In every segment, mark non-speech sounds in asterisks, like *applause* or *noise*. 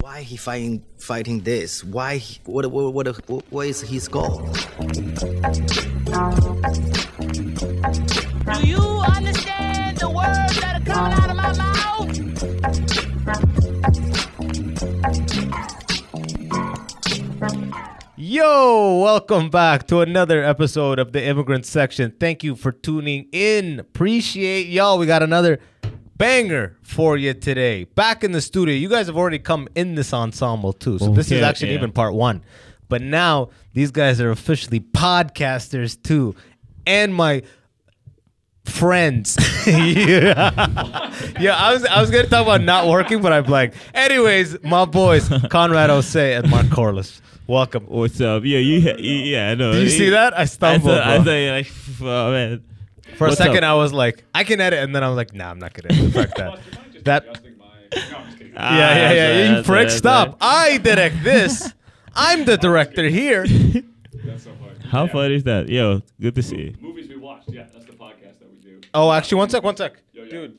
Why he fighting fighting this? Why he- what what what, what, what is his goal? Do you understand the words that are coming out of my mouth? Yo, welcome back to another episode of the Immigrant Section. Thank you for tuning in. Appreciate y'all. We got another banger for you today. Back in the studio, you guys have already come in this ensemble too. So this is Oh, yeah, actually yeah. even part one. But now these guys are officially podcasters too. And my friends. *laughs* yeah. yeah, I was I was gonna talk about not working, but I'm like, anyways, my boys, Conrad Ose and Mark Corliss. Welcome. What's up? Yeah, you, you yeah, I know. Did you see that? I I stumbled. thought, I bro. thought you're like, f- *laughs* oh man. For What's a second, up? I was like, I can edit, and then I was like, Nah, I'm not gonna edit. Fuck *laughs* that. that. Ah, Yeah, yeah, that's yeah. right, you that's right, prick, that's stop. I direct this. I'm the director *laughs* here. right. How fun is that? Yo, good to see you. Movies we watched, yeah, that's the podcast that we do. Oh, actually, one sec, one sec. yeah. Dude,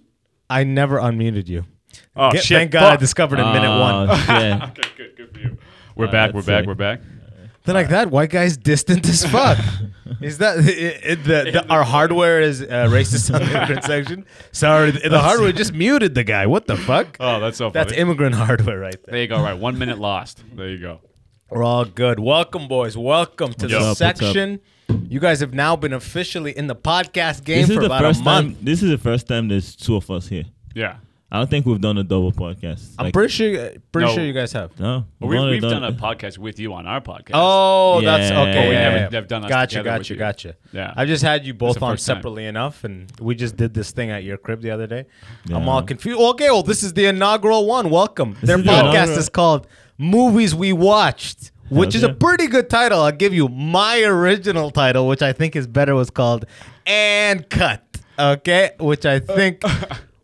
I never unmuted you. Oh Get- shit! Thank God *laughs* I discovered in minute one. *laughs* Oh, shit. Okay, good, good for you. We're Uh, back. We're that's back. sick. We're back. They're like that white guy's distant as *laughs* fuck. is that it, it, the, the, our hardware is uh, racist on the immigrant *laughs* section? Sorry, the, the hardware just muted the guy. What the fuck? Oh, that's so funny. That's immigrant hardware right there. there you go. Right, one minute lost. *laughs* There you go. We're all good. Welcome, boys. Welcome to the up, what's up? section. You guys have now been officially in the podcast game This is for the about first a month. time. This is the first time there's two of us here. Yeah, I don't think we've done a double podcast. I'm Like, pretty sure. Pretty No. sure you guys have. No, but only we, we've done a podcast with you on our podcast. Oh, that's Yeah. okay. But we yeah, never yeah. have done us Gotcha, together gotcha, with you. gotcha. Yeah. I just had you both the on first time. separately enough, and we just did this thing at your crib the other day. I'm Yeah. all confused. Okay, well, this is the inaugural one. Welcome. Their is the podcast inaugural- is called "Movies We Watched." Which Hells is a yeah. pretty good title. I'll give you my original title, which I think is better, was called "And Cut." Okay, which I *laughs* think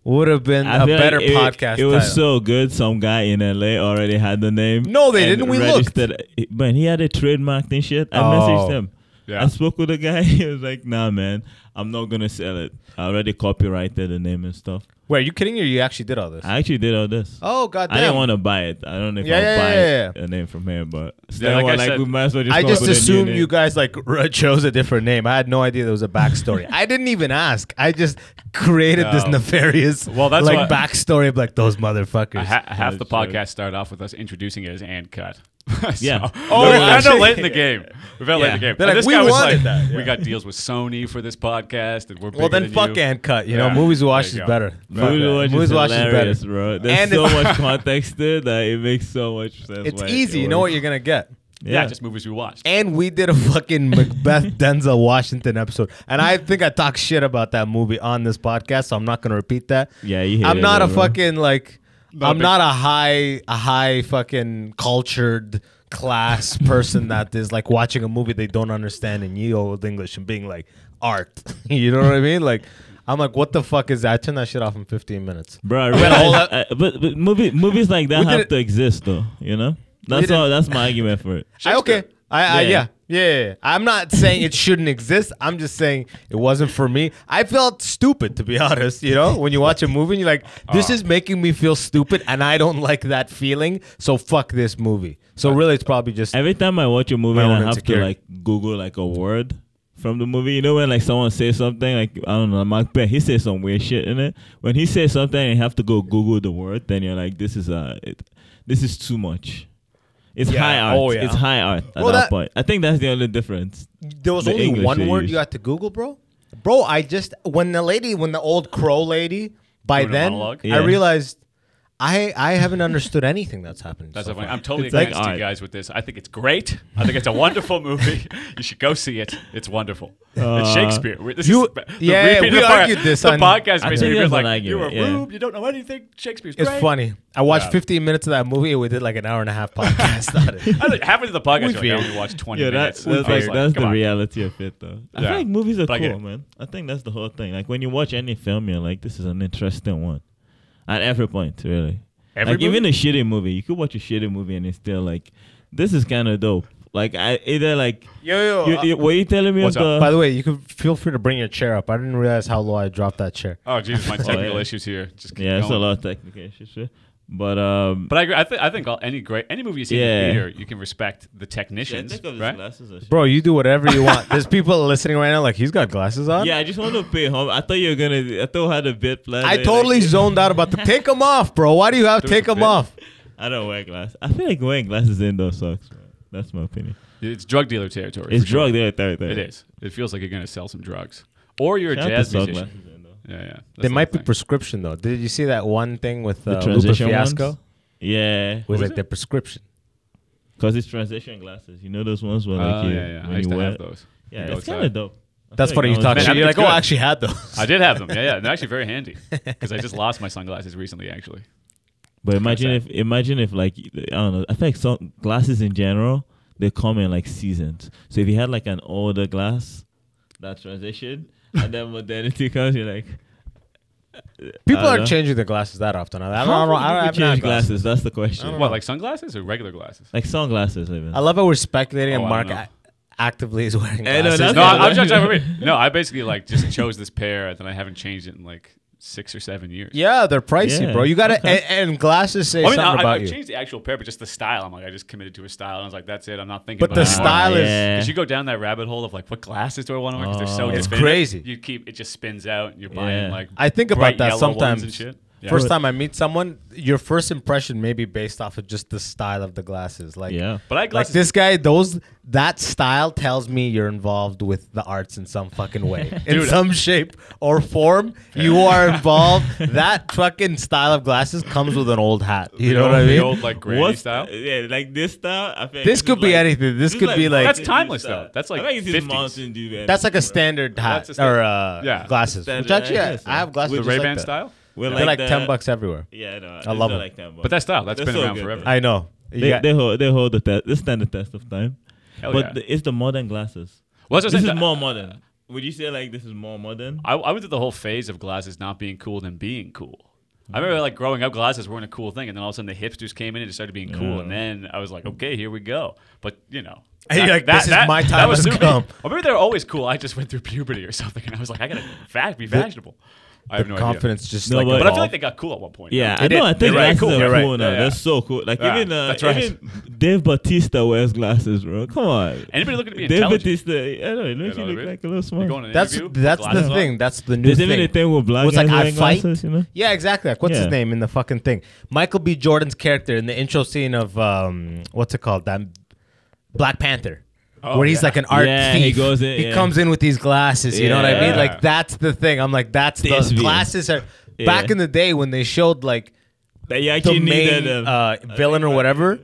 would have been I a feel like better it- podcast. It was title. so good. Some guy in LA already had the name. No, they and didn't. We looked. registered. it. But he had it trademarked and shit. I Oh. messaged him. Yeah. I spoke with the guy. *laughs* He was like, "Nah, man, I'm not gonna sell it. I already copyrighted the name and stuff. Wait, are you kidding me? Or you actually did all this? I actually did all this. oh goddamn! I didn't want to buy it. I don't know if Yeah, I'll yeah, buy yeah, it- a name from him, but Yeah, like like, I like said, we might as well just. I come just up with a new assumed name. you guys like *laughs* r- chose a different name. I had no idea there was a backstory. I didn't even ask. I just created this No. nefarious Well, that's like what- backstory of like those motherfuckers. Ha- half the true. podcast started off with us introducing it as and cut. *laughs* Yeah. Oh, No, we're yeah. kind of late in the game. We're about late in the Yeah. game. They're And like, this "We guy was wanted like, that." Yeah. we got deals with Sony for this podcast, and we're well, bigger then than fuck you. and cut. You know, Yeah. movies There watch is you go. better. Fuck Movie that. Watch Movies is Watch hilarious, is better. bro. There's And so if- *laughs* much context there that it makes so much sense. It's why it easy. You know what works. you're gonna get. Yeah, just movies we watched. And we did a fucking *laughs* Macbeth Denzel Washington episode. And I think I talked shit about that movie on this podcast, so I'm not gonna repeat that. Yeah, you hated I'm not it, a bro. fucking like I'm big- not a high a high fucking cultured *laughs* class person that is like watching a movie they don't understand in ye old English and being like art. *laughs* you know what I mean? Like I'm like, what the fuck is that? I turned that shit off in 15 minutes. Bro, *laughs* I all realize, that- I- but but movie, movies like that We did have it- to exist, though. You know, that's did- all. That's my argument for it. I, okay. I, I, Yeah. yeah. Yeah, yeah, yeah. I'm not saying it shouldn't exist. I'm just saying it wasn't for me. I felt stupid, to be *laughs* honest. You know, when you watch a movie and you're like, this Uh. is making me feel stupid and I don't like that feeling. So fuck this movie. So really, it's probably just. Every time I watch a movie, My and own I have insecurity. to like Google like a word from the movie. You know when like someone says something, like I don't know, Macbeth, he says some weird shit in it. When he says something, and you have to go Google the word. Then you're like, this is uh, it, this is too much. It's Yeah, high art. oh, yeah. It's high art at Well, that, that- point. I think that's the only difference. There was The only English one they word use. you had to Google, bro. Bro, I just when the lady, when the old crow lady, by Doing a then monologue? I Yeah. realized I I haven't understood anything that's happening. That's so so funny. far. I'm totally It's like against you art. guys with this. I think it's great. I think it's a wonderful *laughs* movie. You should go see it. It's wonderful. Uh, it's Shakespeare. We- This you- is, the yeah, repeat we of the part- argued this The on- podcast I makes think me that's feel an like you're a argument, yeah. rube. You don't know anything. Shakespeare's It's great. funny. I watched Yeah. 15 minutes of that movie and we did like an hour and a half *laughs* podcast on it. I think halfway through the podcast, We you're like, I feel- only watched 20 Yeah, that, minutes. that's I was like, like, that's come the on. reality of it, though. I Yeah. feel like movies are But I get cool, it. man. I think that's the whole thing. Like when you watch any film, you're like, this is an interesting one, at every point, really. Every like even a shitty movie, you could watch a shitty movie and it's still like, this is kind of dope. Like I either like, Yo, uh, you, you, were you telling me of What's the? up? By the way, you can feel free to bring your chair up. I didn't realize how low I dropped that chair. *laughs* Oh, Jesus, my technical yeah. issues here. Just keep yeah, it's a going. lot of technical issues. sure. But um, But I, agree- I, th- I think all, any great any movie you see in Yeah. the theater, you can respect yeah, the technicians, think of his right? glasses. and shit. Bro, you do whatever you want. There's people listening right now, like he's got glasses on. Yeah, I just want to pay home. I thought you were gonna. I thought I had a bit planned. I Like, totally zoned out about the take them off, bro. Why do you have There's take a them bit. off? I don't wear glasses. I feel like wearing glasses indoor sucks. Man. That's my opinion. It's drug dealer territory. It's for sure. drug there, there, there. It is. It feels like you're gonna sell some drugs, or you're a Shout out to jazz Sogma. musician. Yeah, yeah. That's There the might be thing. prescription though. Did you see that one thing with The uh, Lupe transition ones? Fiasco? Yeah, It was was like the prescription. because it's transition glasses. You know those ones where Oh, like you, yeah, yeah. when I used you to wear. have those. You Yeah, go it's kind outside. of dope. I That's feel funny. like You that talk was- shit. Man, I You're like, think oh, it's I good. actually had those. I did have them. Yeah, yeah. They're actually very handy because I just lost my sunglasses recently. Actually, But imagine That's if imagine if like I don't know. I feel like some glasses in general they come in like seasons. So if you had like an older glass, that transition, and then modernity comes, you're like. People I aren't know. changing their glasses that often. I don't, I don't, I don't, I You haven't had change glasses. glasses. That's the question. what like sunglasses or regular glasses? Like sunglasses, even. I love how we're speculating Oh, and I Mark don't know. a- actively is wearing Eh, no, glasses. that's No, not- I, I'm just talking about me. No, I basically like just chose this pair and then I haven't changed it in like six or seven years. yeah, they're pricey, Yeah, bro. You gotta okay. and, and glasses say I mean, something I, I, about I you. changed the actual pair, but just the style. I'm like, I just committed to a style, and I was like, that's it. I'm not thinking. But about the it anymore. style is- Yeah. Because you go down that rabbit hole of like, what glasses do I want to wear? Because they're Oh. so It's definitive. crazy. You keep it just spins out, and you're buying Yeah. like I think bright about that yellow ones sometimes. And shit. Yeah. First time I meet someone, your first impression may be based off of just the style of the glasses. Like, Yeah. but I like glasses. this guy, those that style tells me you're involved with the arts in some fucking *laughs* way, in Dude. some shape or form. You are *laughs* involved. that fucking style of glasses comes with an old hat. You the know old, what I the mean? old like granny What's- style. Yeah, like this style. I feel like This could is be anything. This could be like- That's Mountain Dew timeless, style. though. That's I like think it's just 50s. Mountain Dew, man. That's like a standard hat That's a or standard- uh, yeah. glasses. Standard, which actually, I I, guess, I have glasses. With just Ray like Ban that. style. We're They're like the- ten bucks everywhere. Yeah, no, I love them. they're Like 10 bucks. But that style, that's They're been so around good, forever. though. I know. You They, got- they hold they hold the test. They stand the test of time. Hell but Oh, yeah. the, it's the modern glasses. Well, that's what This I'm is saying. more modern. Would you say like this is more modern? I, I went through the whole phase of glasses not being cool and being cool. I remember like growing up, glasses weren't a cool thing, and then all of a sudden the hipsters came in and it started being cool, and then I was like, okay, here we go. But you know, And you're like, this is my time has new to me. come. Or maybe they're always cool. I just went through puberty or something, and I was like, I gotta fa- be fashionable. I have no confidence just No, like but- idea. But I feel like evolved. they got cool at one point. Yeah, They I did. know. I think You're right. glasses Cool. are You're cool right. now. Yeah, yeah. They're so cool. Like Yeah, even uh, that's right. even Dave Batista wears glasses, bro. Come on. Anybody looking to be Dave intelligent. Batista. I don't know. It You makes you know what I look mean? like a little You smart. go on an that's interview, that's the glasses on. thing. That's the new There's even a thing. thing with black was guys like I wearing fight. glasses, you know? Yeah, exactly. Like what's Yeah. his name in the fucking thing? Michael B. Jordan's character in the intro scene of um, what's it called? That Black Panther. Oh, where he's yeah. like an art Yeah, thief. he goes in- He yeah. comes in with these glasses. You know what I mean? Yeah. Like that's the thing. I'm like that's This the view. glasses are back Yeah. in the day when they showed like That you the actually main needed them. uh, villain or whatever,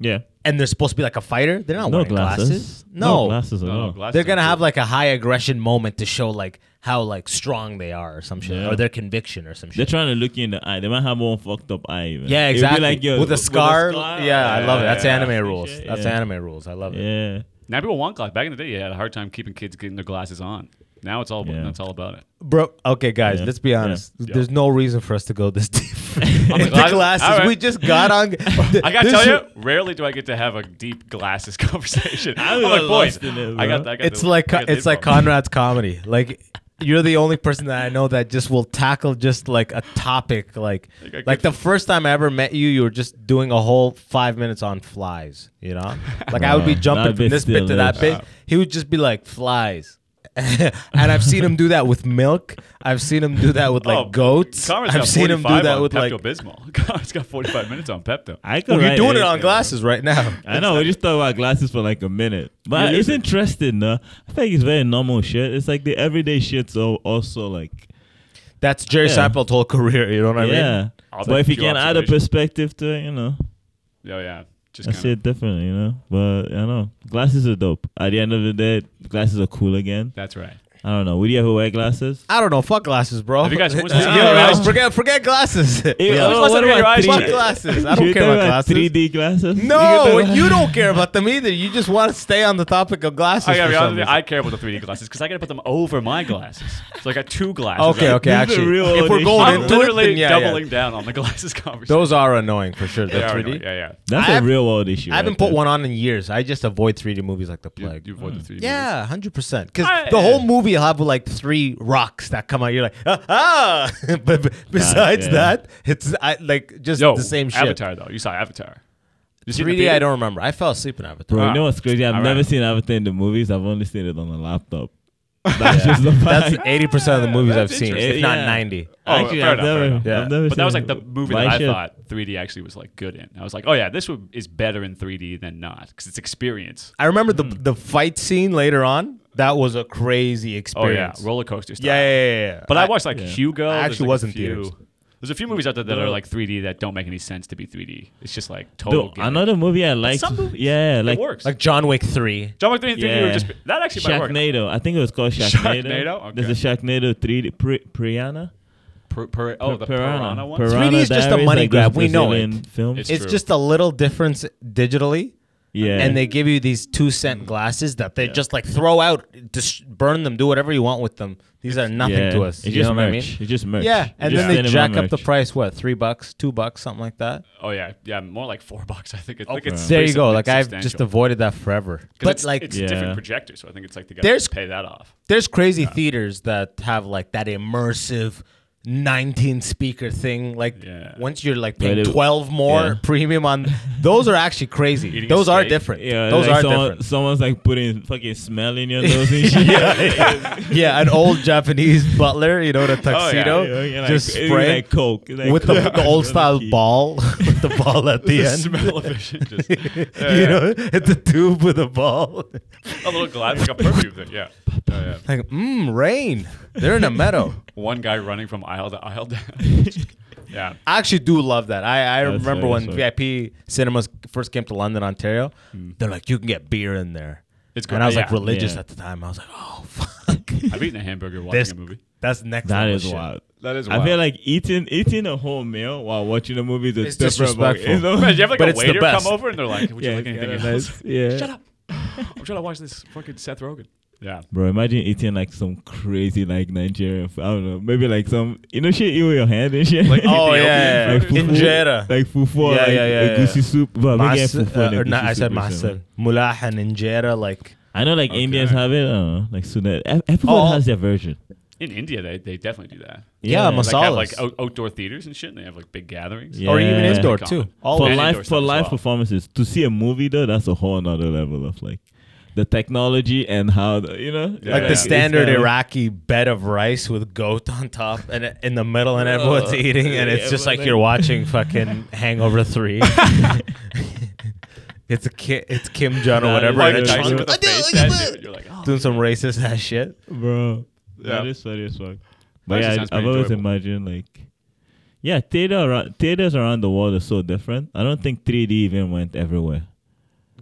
yeah. and they're supposed to be like a fighter. They're not No wearing glasses. glasses. No, no glasses at No, all. no, glasses they're are gonna cool. have like a high aggression moment to show like how like strong they are or some shit Yeah. or their conviction or some shit. They're trying to look you in the eye. They might have one fucked up eye. Even. Yeah, It'll be exactly. like, yo, with a scar. yeah, I love it. That's yeah, anime yeah. rules. Shit, That's yeah. anime rules. I love it. Yeah. Now people want glasses. Back in the day, you had a hard time keeping kids getting their glasses on. Now it's all Yeah. that's *laughs* all about it. Bro, okay, guys, Yeah. let's be honest. Yeah. There's no reason for us to go this *laughs* deep. I'm Into glad- glasses. all right. We just got on. I gotta tell you, rarely do I get to have a deep glasses *laughs* conversation. I'm got like, boys, lost in it, I bro. got, I got It's the- like I got the it's like problem. Conrad's comedy. Like you're the only person that I know that just will tackle just like a topic. Like Like, I like the could- first time I ever met you, you were just doing a whole five minutes on flies. You know, like I would be Wow. jumping That from bit this bit still to that is. bit. He would just be like flies. *laughs* and I've seen him do that with milk. I've seen him do that with like Oh, goats. Conrad's I've got seen him do 45 that on with like. Pepto *laughs* Bismol. Conrad's got 45 minutes on Pepto. I could Well, you're write doing it anything, on bro. glasses right *laughs* now. I know. We just talked about glasses for like a minute, but Yeah, it's yeah. interesting. though. I think it's very normal shit. It's like the everyday shit's al- also like That's Jerry Yeah. Seinfeld's whole career. You know what I mean? yeah. I'll But if you take your can add a observation. perspective to it, you know, Oh yeah, just I see kind it different. You know, but I know glasses are dope. At the end of the day, glasses are cool again. That's right. I don't know. Would you ever wear glasses? I don't know. Fuck glasses, bro. Have *laughs* you guys- Yo, what's the time your eyes- forget, forget *laughs* glasses. *laughs* oh, Yeah. what's the time your eyes- Fuck glasses. I don't You care think about glasses. 3D glasses. No, think about- you don't care about them either. You just want to stay on the topic of glasses. I gotta for be some honest with you. reason. I care about the 3D glasses because I gotta put them over my glasses. So I got two glasses. okay, I- okay. This is a Actually, real if we're audition. going I'm into it, literally then yeah, yeah. doubling down on the glasses *laughs* conversation. Those are annoying for sure. The They are 3D. annoying. Yeah, yeah. That's I a have- real world issue. I haven't right put there. one on in years. I just avoid 3D movies like mm. the You, plague. you avoid the 3D. yeah, hundred percent. Because I- the whole movie you'll have like three rocks that come out. You're like, ah, ah. *laughs* but b- besides yeah. that, it's I, like just Yo, the same shit. Avatar though. You saw Avatar. You see it in the 3D, I theater? don't remember. I fell asleep in Avatar. Bro, you know what's crazy? I've All never right. seen Avatar in the movies. I've only seen it on the laptop. That's just the That's fact. 80% of the movies I've That's seen, interesting. if not Yeah. 90. Oh, Actually, fair I've enough, fair never- enough. I've Yeah. never But that was seen like the movie my that I shit. thought 3D actually was like good in. I was like, oh yeah, this one is better in 3D than not because it's experience. I remember the the fight scene later on. That was a crazy Mm. Oh yeah, experience. roller coaster stuff. yeah, yeah, yeah, yeah. But I, watched like Hugo. I There's, actually like, was a in few- theaters. There's a few movies out there that are like 3D that don't make any sense to be 3D. It's just like total. Dude, gimmick. another movie I liked. some movies, yeah, like it works. like John Wick three. John Wick 3 and 3D yeah. would just be, that actually might work. Sharknado. I think it was called Sharknado. Sharknado? There's a Sharknado 3 Pri- Priana. Per, per, oh, the Piranha one. 3D is just a money grab. We know it. Film. It's It's true. just a little difference digitally, yeah. and they give you these two cent glasses that they just like throw out, just burn them, do whatever you want with them. These are nothing yeah. to us. It's you just know merch. what I mean? It's just merch. Yeah, and It's then just they cinema jack up the merch. price. What, three bucks, two bucks, something like that. Oh yeah, yeah, more like four bucks. I think. It, like, it's There pretty you go. sub- Like I've just substantial. avoided that forever. 'Cause But it's, like, it's Yeah. different projectors, so I think it's like they got There's- to pay that off. there's crazy theaters that have like that immersive 19 speaker thing like Yeah. once you're like But paying it- 12 more yeah. premium on those are actually crazy Eating those are steak. different Yeah, those like are someone, different Someone's like putting fucking smell in your nose and shit. *laughs* yeah an old japanese butler you know Oh, in a tuxedo You know, you're like- just it's spray like coke It's like with the, Coke. the *laughs* old *laughs* style ball with the ball at the, The end *laughs* smell of fish. Just you know it's a tube with a ball *laughs* a little glad like a perfume thing. Yeah. Oh, yeah. like mmm rain they're in a *laughs* meadow One guy running from aisle to aisle. *laughs* yeah. I actually do love that. I, I That's remember so- when so- VIP cinemas first came to London, Ontario. They're like, you can get beer in there. It's And I was great, like yeah, religious yeah. at the time. I was like, oh *laughs* fuck, I've eaten a hamburger watching This- a movie. that's next. That level is shit. *laughs* wild. That is I wild. feel like eating eating a whole meal while watching a movie is a It's different ball- disrespectful. you know? Imagine you have like But a it's the waiter best. come over and they're like, "Would you Yeah, like anything kinda else?" nice. Yeah. Shut up! I'm trying to watch this fucking Seth Rogen. Yeah. Bro, imagine eating like some crazy like Nigerian. f- I don't know, maybe like some you know shit eat with your hand and shit. *laughs* Like, Oh Ethiopian yeah, injera. like fufu, food like fufu, Yeah, like yeah, yeah, yeah. egusi soup. But we get Mas- fufu uh, and or not, egusi I said soup or masal, something. mulah and injera. Like I know like Indians Okay. have it, I don't know, like Sudan. Ev- Everyone Oh. has their version. In India, they, they definitely do that. yeah, Yeah, Like they have masalas, like out- outdoor theaters and shit, and they have like big gatherings. Yeah. or even Yeah. Oh indoor Like, too. um, All for and live indoor for stuff as live well. performances to see a movie though that's a whole nother level of like the technology and how the, you know Yeah. like Yeah. the standard Iraq. Iraqi bed of rice with goat on top and it- in the middle, and everyone's Ugh. eating, and it's Yeah, just but like like- you're watching *laughs* fucking Hangover Three. it's a ki- it's Kim Jong or That whatever, is Mike and it's really Tyson just with a I do face like tattoo, that. and You're like, oh. doing some racist ass shit. bro. That Yeah. is funny as fuck. But Actually yeah, sounds I- I've pretty always enjoyable. imagined like, yeah, theater around, theaters around the world are so different. I don't think 3D even went everywhere.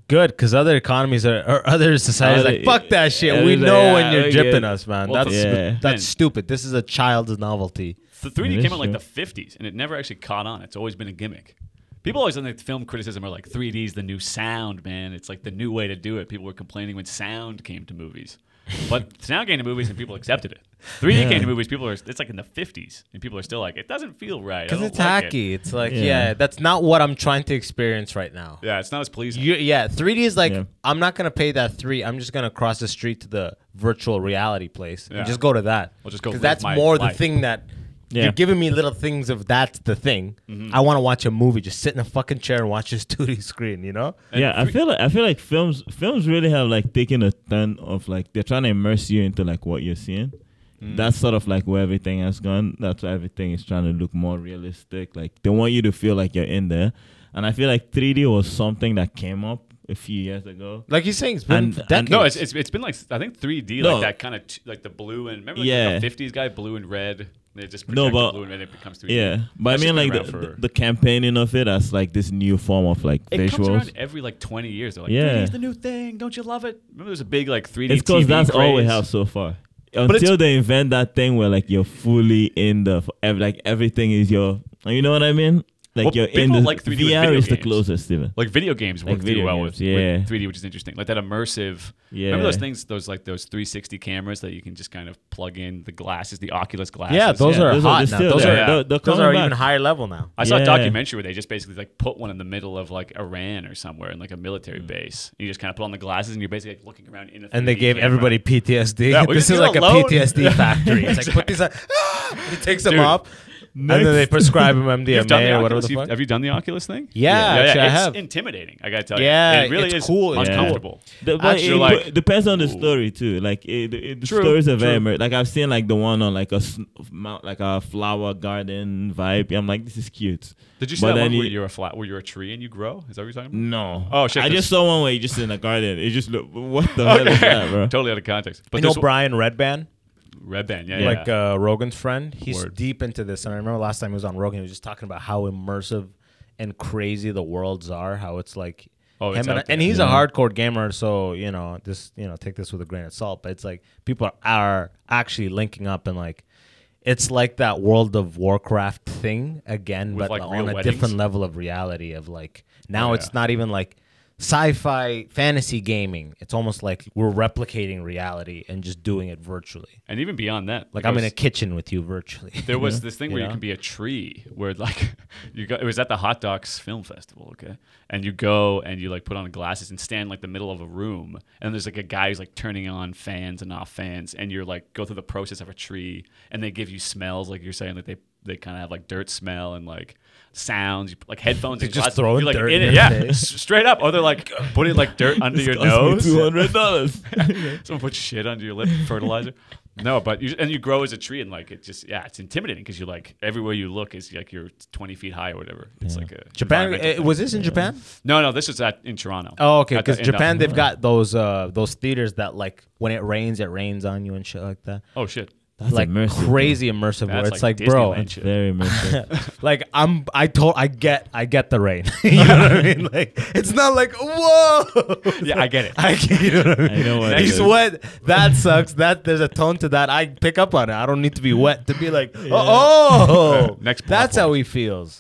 Good, because other economies are, or other societies are Other- like fuck that shit. yeah, we it's like, know yeah, when you're we dripping get- us, man. Well, that's yeah. that's Man. stupid. This is a child's novelty. The That 3D is came out like true. the 50s, and it never actually caught on. It's always been a gimmick. People always think film criticism are like 3D is the new sound, man. It's like the new way to do it. People were complaining when sound came to movies, *laughs* but sound came to movies and people accepted it. 3D Yeah. came to movies. People are it's like in the 50s, and people are still like, it doesn't feel right. I Because don't it's like it." hacky. It's like, Yeah. yeah, that's not what I'm trying to experience right now. Yeah, it's not as pleasing. You, yeah, 3D is like Yeah. I'm not gonna pay that three. I'm just gonna cross the street to the virtual reality place Yeah. and just go to that. I'll just go because live that's my more the life. thing that Yeah. you're giving me little things of. That's the thing. Mm-hmm. I want to watch a movie. Just sit in a fucking chair and watch this *laughs* 2D screen. You know? yeah, I feel like I feel like films films really have like taken a turn of like they're trying to immerse you into like what you're seeing. That's sort of like where everything has gone. That's why everything is trying to look more realistic. Like they want you to feel like you're in there. And I feel like 3D was something that came up a few years ago. Like you're saying, it's been And- for and- decades. No, it's, it's, it's been like I think 3D No. like that kind of t- like the blue and remember like Yeah. the 50s guy blue and red. They just No, project but- the blue and red. It becomes 3D. Yeah, but That's I mean, just like been the, around the, for- the campaigning of it as like this new form of like It comes visuals. around every like 20 years. They're like, Yeah. 3D is the new thing. Don't you love it? Remember, there's a big like 3D. It's because TV that's all we craze? have so far. it's- Until they invent that thing where like you're fully in the f- ev- like everything is your, you know what I mean? Like Well, you're in people the like 3D with VR video is the games. closest, Steven. Like video games work Like video really well games, with, with yeah. 3D, which is interesting. Like that immersive. Yeah. Remember those things, those like those 360 cameras that you can just kind of plug in the glasses, the Oculus glasses. Yeah, those Yeah, are those are- hot they're now. still Those there. are Yeah. They're- they're those coming are back. even higher level now. I saw Yeah. a documentary where they just basically like put one in the middle of like Iran or somewhere in like a military base. And you just kind of put on the glasses and you're basically like looking around in a Hmm. And they 3D gave camera. everybody PTSD. *laughs* Yeah, we this just is leave like it a alone. *laughs* PTSD factory. It's like put these on. *laughs* he takes them Dude. up, and then they prescribe him MDMA You've done the or whatever Oculus? the You've- fuck. Have you done the Oculus thing? Yeah, actually, I it's have. intimidating. I gotta tell Yeah, you, it really it's is cool, it's uncomfortable. The, but Actually, it like- d- depends on the story too. Like it, it, the True, stories are very true. mer- like I've seen like the one on like a s- mount like a flower garden vibe. I'm like this is cute. Did you see But that then one where you- you're a flat, where you're a tree and you grow? Is that what *laughs* you're talking about? No. Oh, shit, I this- just saw one where you just in a garden. It just look what *laughs* the hell is that, bro? Totally out of context. But you know there's Brian Redband, Red Band, yeah, like yeah. uh, Rogan's friend. He's Word. deep into this, and I remember last time he was on Rogan, he was just talking about how immersive and crazy the worlds are. How it's like. Oh, it's him and, out there. and he's a hardcore gamer, so you know this. You know, take this with a grain of salt. But it's like people are, are actually linking up and like, it's like that World of Warcraft thing again, With, but like, on real a weddings? different level of reality. Of like now, Oh, it's yeah. not even like sci-fi fantasy gaming. It's almost like we're replicating reality and just doing it virtually. and even beyond that, Like I I'm was- in a kitchen with you virtually. There was this thing where You you know? can be a tree, where like *laughs* you go. It was at the Hot Docs Film Festival, okay. And you go and you like put on glasses and stand like the middle of a room, and there's like a guy who's like turning on fans and off fans, and you're like go through the process of a tree, and they give you smells, like you're saying, like they they kind of have like dirt smell and like sounds, you put, like headphones. They and just glasses. throw you're, like, dirt in your in it, yeah, face. s- straight up. Or they're like putting like dirt under your nose. Two *laughs* *laughs* hundred *laughs* dollars. Someone put shit under your lip, fertilizer. No, but you and you grow as a tree, and like it just yeah, it's intimidating because you like everywhere you look is like you're 20 feet high or whatever. It's like a *laughs* Japan. environmental eh, thing. was this in Japan? no, no, this is at in Toronto. Oh, okay. At the- Because Mm-hmm. in the- Japan, they've got those uh those theaters that like when it rains, it rains on you and shit like that. oh shit, That's like immersive. crazy immersive. Where That's it's like, like bro, Disneyland. That's very *laughs* immersive. like I'm. I told. I get. I get the rain. *laughs* you know what I mean? Like it's not like whoa. yeah, I get it. *laughs* I can, you know what I mean? know what it He's is. wet. That sucks. That there's a tone to that. I pick up on it. I don't need to be wet to be like, oh, oh. Next plot That's point. how he feels.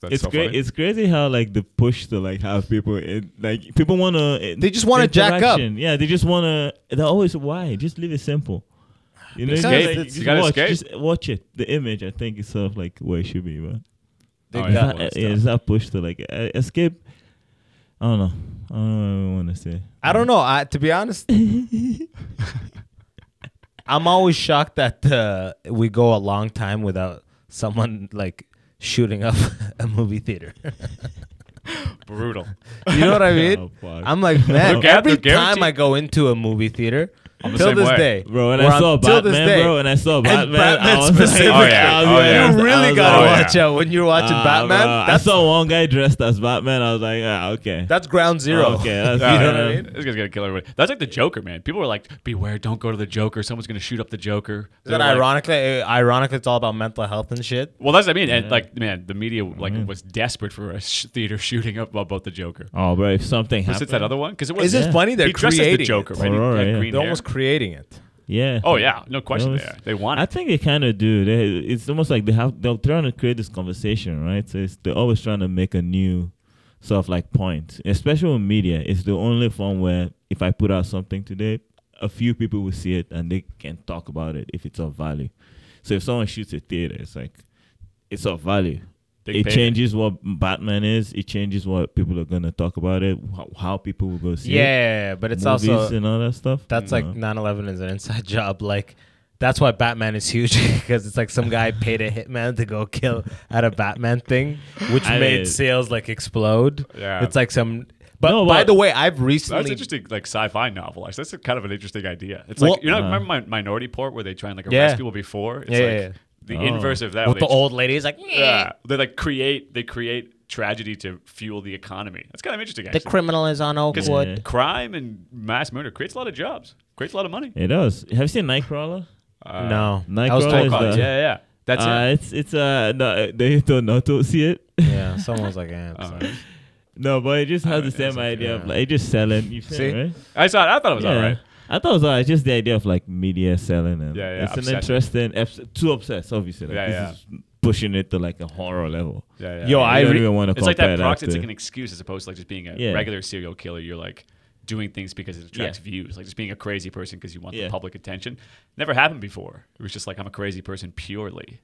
That's it's so great. funny. It's crazy how like the push to like have people in, like people want to. They just wanna jack up. Yeah, they just want to. They're always why. Just leave it simple. You know, Escape. like, You just gotta watch, escape. just watch it. The image, I think, is sort of like where it should be, man. Oh, It's yeah. not, yeah, it's not push to like uh, escape. I don't know. I don't know what I want to say. I don't know. I to be *laughs* honest, I'm always shocked that uh, we go a long time without someone like shooting up *laughs* a movie theater. brutal. You know *laughs* what I Oh, mean? fuck. I'm like, man, Look out, every they're time guaranteed- I go into a movie theater, I'm the till same this way. day, Bro, and or I saw I'm- till this Batman, day. bro, and I saw Batman. Batman I was like- specifically. Oh, *laughs* yeah. I was Oh, like- yeah. I was You really like, gotta oh, yeah. watch out when you're watching Ah, Batman. bro, I that's saw one guy dressed as Batman. I was like, ah, okay. that's ground zero. Oh, *laughs* okay, that's- *laughs* you know what yeah. I mean? This guy's gonna kill everybody. That's like the Joker, man. People were like, "Beware! Don't go to the Joker. Someone's gonna shoot up the Joker." Is that They're like- ironically, uh, ironically, it's all about mental health and shit. Well, that's what I mean. And like, man, the media like Mm-hmm. was desperate for a sh- theater shooting up about the Joker. oh, bro, if something Was happened. it that other one? Because it was. It's just Yeah. funny they're he dressed creating as the Joker, it. right? He Aurora, had yeah. green They're hair. almost creating it. Yeah. Oh yeah, no question. Those- there. They want I it. think they kind of do. They, it's almost like they have they're trying to create this conversation, right? So it's, they're always trying to make a new sort of like point, especially with media. It's the only form where if I put out something today, a few people will see it and they can talk about it if it's of value. So if someone shoots a theater, it's like it's of value. Big it payday. changes what Batman is. It changes what people are gonna talk about it. How, how people will go see it. Yeah, but it's movies also and all that stuff. that's You like know. 9/11 is an inside *laughs* job. Like that's why Batman is huge *laughs* because it's like some *laughs* guy paid a hitman to go kill at a Batman thing, which I made mean- sales like explode. Yeah. it's like some. But No, by but- the way, I've That's recently interesting, like sci-fi novel. Actually, that's a, kind of an interesting idea. It's Well- like you know, Uh. remember my Minority Port where they try and like arrest Yeah. people before. It's Yeah, like yeah, yeah. the Oh. inverse of that. with where the they- old lady. He's like, *laughs* yeah, they like create they create tragedy to fuel the economy. That's kind of interesting. the Actually. criminal is on Oakwood. Yeah. crime and mass murder creates a lot of jobs, creates a lot of money. It does. Have you seen Nightcrawler? Uh, no, Nightcrawler I was is told. Cause, the- yeah, yeah, that's uh, it. It's it's uh no they don't know to see it. *laughs* Yeah, someone was like, eh, it's like- no, but it just Oh, has the same idea of like it just selling. You See? see, right? I saw. it. I thought it was all right. I thought it was alright. Just the idea of like media selling and Yeah, yeah, it's an obsessing. interesting. Abs- too obsessed, obviously. Like, Yeah, this is pushing it to like a horror level. Yeah, yeah. Yo, Yeah, I you don't re- even want to It's like that. compare Prox- to. it's like an excuse as opposed to like just being a Yeah. regular serial killer. You're like doing things because it attracts Yeah. views, like just being a crazy person because you want Yeah. the public attention. Never happened before. It was just like I'm a crazy person purely.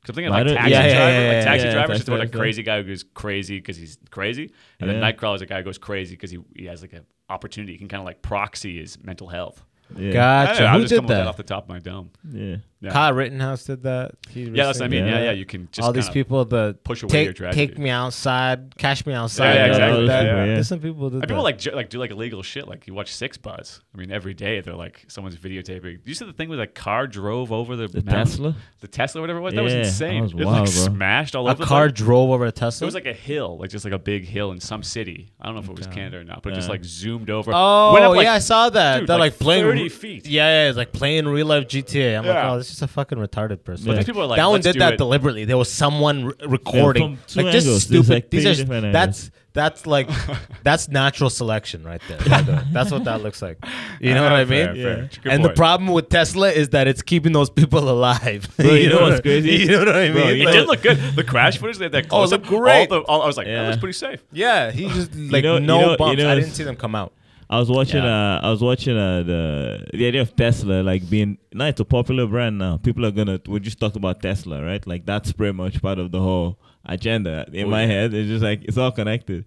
Because I'm thinking of, Why like don't- taxi yeah, yeah, driver, yeah, like yeah, taxi yeah, driver, Taxi is just about a Driver. crazy guy who goes crazy because he's crazy, and then Yeah. Nightcrawler is a guy who goes crazy because he, he has like an opportunity. He can kind of like proxy his mental health. yeah. I don't know, Gotcha. I'm Who just did coming with that? off the top of my dome. yeah. Yeah. Kyle Rittenhouse did that. He Yeah, that's what recently I mean. did Yeah, that. yeah, you can just all these kinda people that push away take, your tragedy. take me outside, cash me outside. Yeah, yeah, and stuff exactly. Like that. Yeah. There's some people that. And people like ju- like do like illegal shit. Like you watch Six Buzz. I mean, every day they're like someone's videotaping. You see the thing where the car drove over the, The mountain? Tesla? the Tesla, or whatever it was. that Yeah, was insane. that was it wild, like bro. smashed all a over. the car place. drove over a Tesla. It was like a hill, like just like a big hill in some city. I don't know if it was Canada or not, but it just Yeah. like zoomed over. Oh Went up, like, yeah, I saw that. dude, They're like like, playing 30 re- feet. Yeah, yeah, it's like playing real life GTA. I'm like, Yeah. oh, this is a fucking retarded person. But these people are like, that one "Let's did do that it." deliberately. There was someone re- recording, two like just angles. There's, stupid. like, These three are different angles. that's that's like *laughs* that's natural selection right there. by the way. that's what that looks like. You Ah, know what I mean? Fair, fair. Good And the point. problem with Tesla is that it's keeping those people alive. Bro, you know what's what- crazy? *laughs* You know what I mean? Bro, *laughs* It Like- did look good. The crash footage they had that Oh, it close up. looked great. All the, all, I was like, that Yeah. looks pretty safe. yeah, he just like know- *laughs* you no know- you bumps. know I it's- didn't see them come out. I was watching. Yeah. Uh, I was watching uh, the the idea of Tesla like being. Now it's a popular brand now. People are gonna. We just talked about Tesla, right? Like that's pretty much part of the whole agenda. In Oh, my yeah. head, it's just like it's all connected.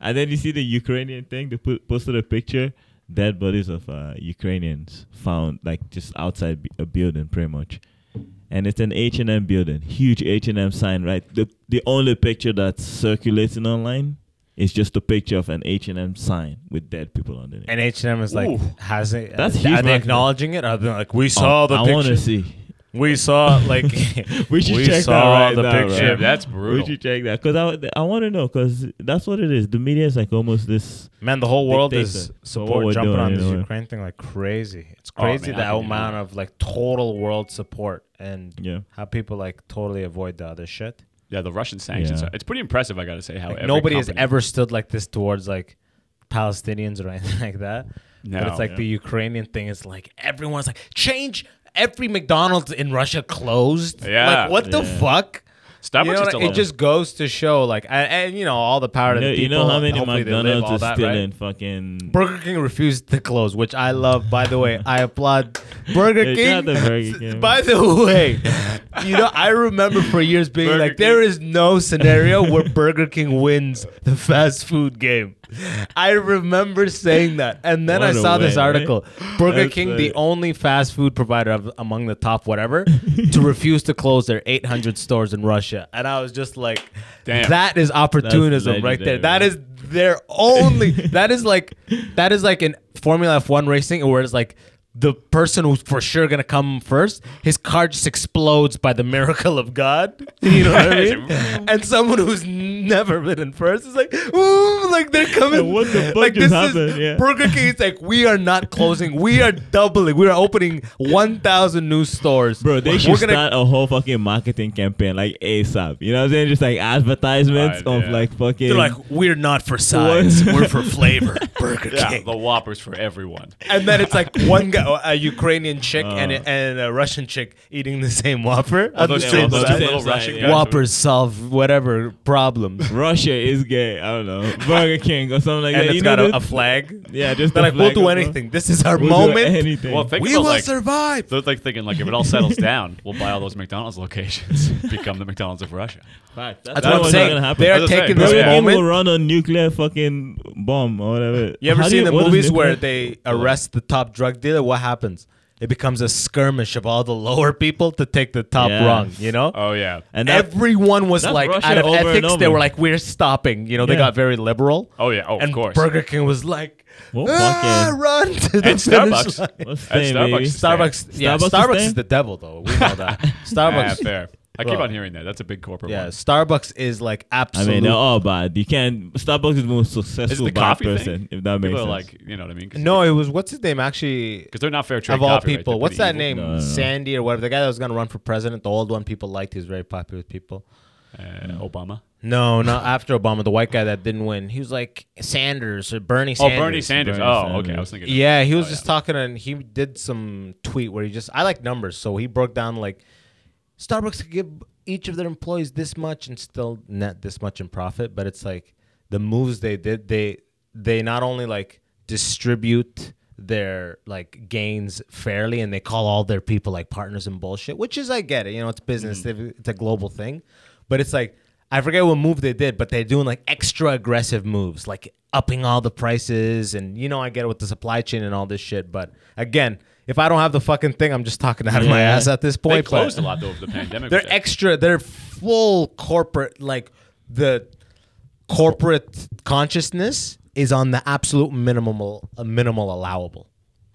And then you see the Ukrainian thing. They put, posted a picture. Dead bodies of uh, Ukrainians found like just outside b- a building, pretty much. And it's an H and M building, huge H and M sign, right? The the only picture that's circulating online it's just a picture of an H and M sign with dead people underneath. And H and M is like, Ooh. has it? That's That's huge Are they marketing. acknowledging it? Are they like, we saw the I picture? want to see. We saw like, *laughs* *laughs* We should we check that saw right the now, picture. Yeah, right? that's We brutal. should check that because I, I want to know because that's what it is. The media is like almost this. Man, the whole world is Dictator. So what support we're jumping doing, on you this know. Ukraine thing like crazy. It's Oh, man, crazy I the can do amount that. of like total world support and Yeah. how people like totally avoid the other shit. Yeah, the Russian sanctions. Yeah. Are, it's pretty impressive, I got to say. How Like every nobody has company- ever stood like this towards like Palestinians or *laughs* anything like that. but No. it's like Yeah. the Ukrainian thing is like everyone's like change every McDonald's in Russia closed. Yeah. Like what the Yeah. fuck? Starbucks You know is what I- still it open. just goes to show like and, and, you know all the power to You know, the people. you know how many Hopefully they live, McDonald's all is that, still right? in fucking. Burger King refused to close, which I love. By the way, I applaud Burger It's King. not the *laughs* Burger King. By the way, you know I remember for years being Burger like, King. there is no scenario where Burger King wins the fast food game. I remember saying that, and then What I a saw this win, right? article: Burger That's King, right. the only fast food provider of, among the top whatever, to *laughs* refuse to close their 800 stores in Russia, and I was just like, Damn. that is opportunism right there. legendary, That man. is their *laughs* only that is like that is like in formula f1 racing where it's like the person who's for sure gonna come first his car just explodes by the miracle of god *laughs* you know what i mean and someone who's never been in first is like ooh like they're coming *laughs* What the fuck like just this happened? is Yeah. burger king it's like we are not closing we are doubling we are opening 1000 new stores Bro, they We're should gonna- start a whole fucking marketing campaign like ASAP. You know what I'm saying? Just like advertisements Right, of yeah. like fucking. they're like we're not *laughs* for size we're for flavor burger king yeah, the Whoppers for everyone. and then it's like one *laughs* guy, a Ukrainian chick Uh. and, a, and a Russian chick eating the same Whopper. on the Those yeah, same little- those that's- side. little that's- Russian yeah. guys. Whoppers solve whatever *laughs* problems. Russia is gay. I *laughs* don't know. Burger King or something like and that. it's you know got a, the- a flag. *laughs* Yeah, just They're the like, we'll flag do of- uh, anything. This is our We'll do moment. anything. Well, think We about will like, survive. They're like thinking like if it all settles down, we'll buy all those McDonald's locations, become the McDonald's of Russia. Fact, That's that what I'm was not gonna saying. happen. They are That's what I'm taking saying. this Burger King will moment. run a nuclear fucking bomb or whatever. You ever How do seen the what is movies where nuclear? they arrest the top drug dealer? What happens? It becomes a skirmish of all the lower people to take the top Yeah. rung, you know? Oh yeah. and that, Everyone was that's like, Russia out of over and ethics, they over. were like, we're stopping. You know, they Yeah. got very liberal. Oh yeah. Oh, and of course. Burger King was like, Well, ah, fuck yeah. run to the finish and Starbucks. line." And Let's stay, baby. is staying. Starbucks, yeah, Starbucks is Starbucks, is, staying? the devil, though. We know *laughs* that. Starbucks, Yeah, fair. I keep Bro. on hearing that. That's a big corporate yeah, one. Starbucks is like I absolute. mean, they're all bad. You can't. Starbucks is the most Is it successful the bad coffee person, thing? if that makes People are sense. like, you know what I mean? no, it was what's his name actually. because they're not fair trade. Of all copy, right? people, They're what's pretty that evil. name? No, no. Sandy or whatever. The guy that was gonna run for president, the old one people liked. He was very popular with people. Uh, Obama. No, not after Obama. The white guy that didn't win. He was like Sanders or Bernie Oh, Sanders. Bernie Sanders. Bernie oh, Sanders. okay. I was thinking. Yeah, he was Oh, just talking and he did some tweet where he just I like numbers, so he broke down like Starbucks could give each of their employees this much and still net this much in profit, but it's like the moves they did, they they not only like distribute their like gains fairly and they call all their people like partners and bullshit, which is I get it, you know, it's Mm-hmm. business, it's a global thing. But it's like I forget what move they did, but they're doing like extra aggressive moves, like upping all the prices and you know I get it with the supply chain and all this shit, but again, if I don't have the fucking thing, I'm just talking out of my Yeah. ass at this point. They but- closed a lot though over the pandemic. they're with that. extra. They're full corporate. Like the corporate consciousness is on the absolute minimal, uh, minimal allowable.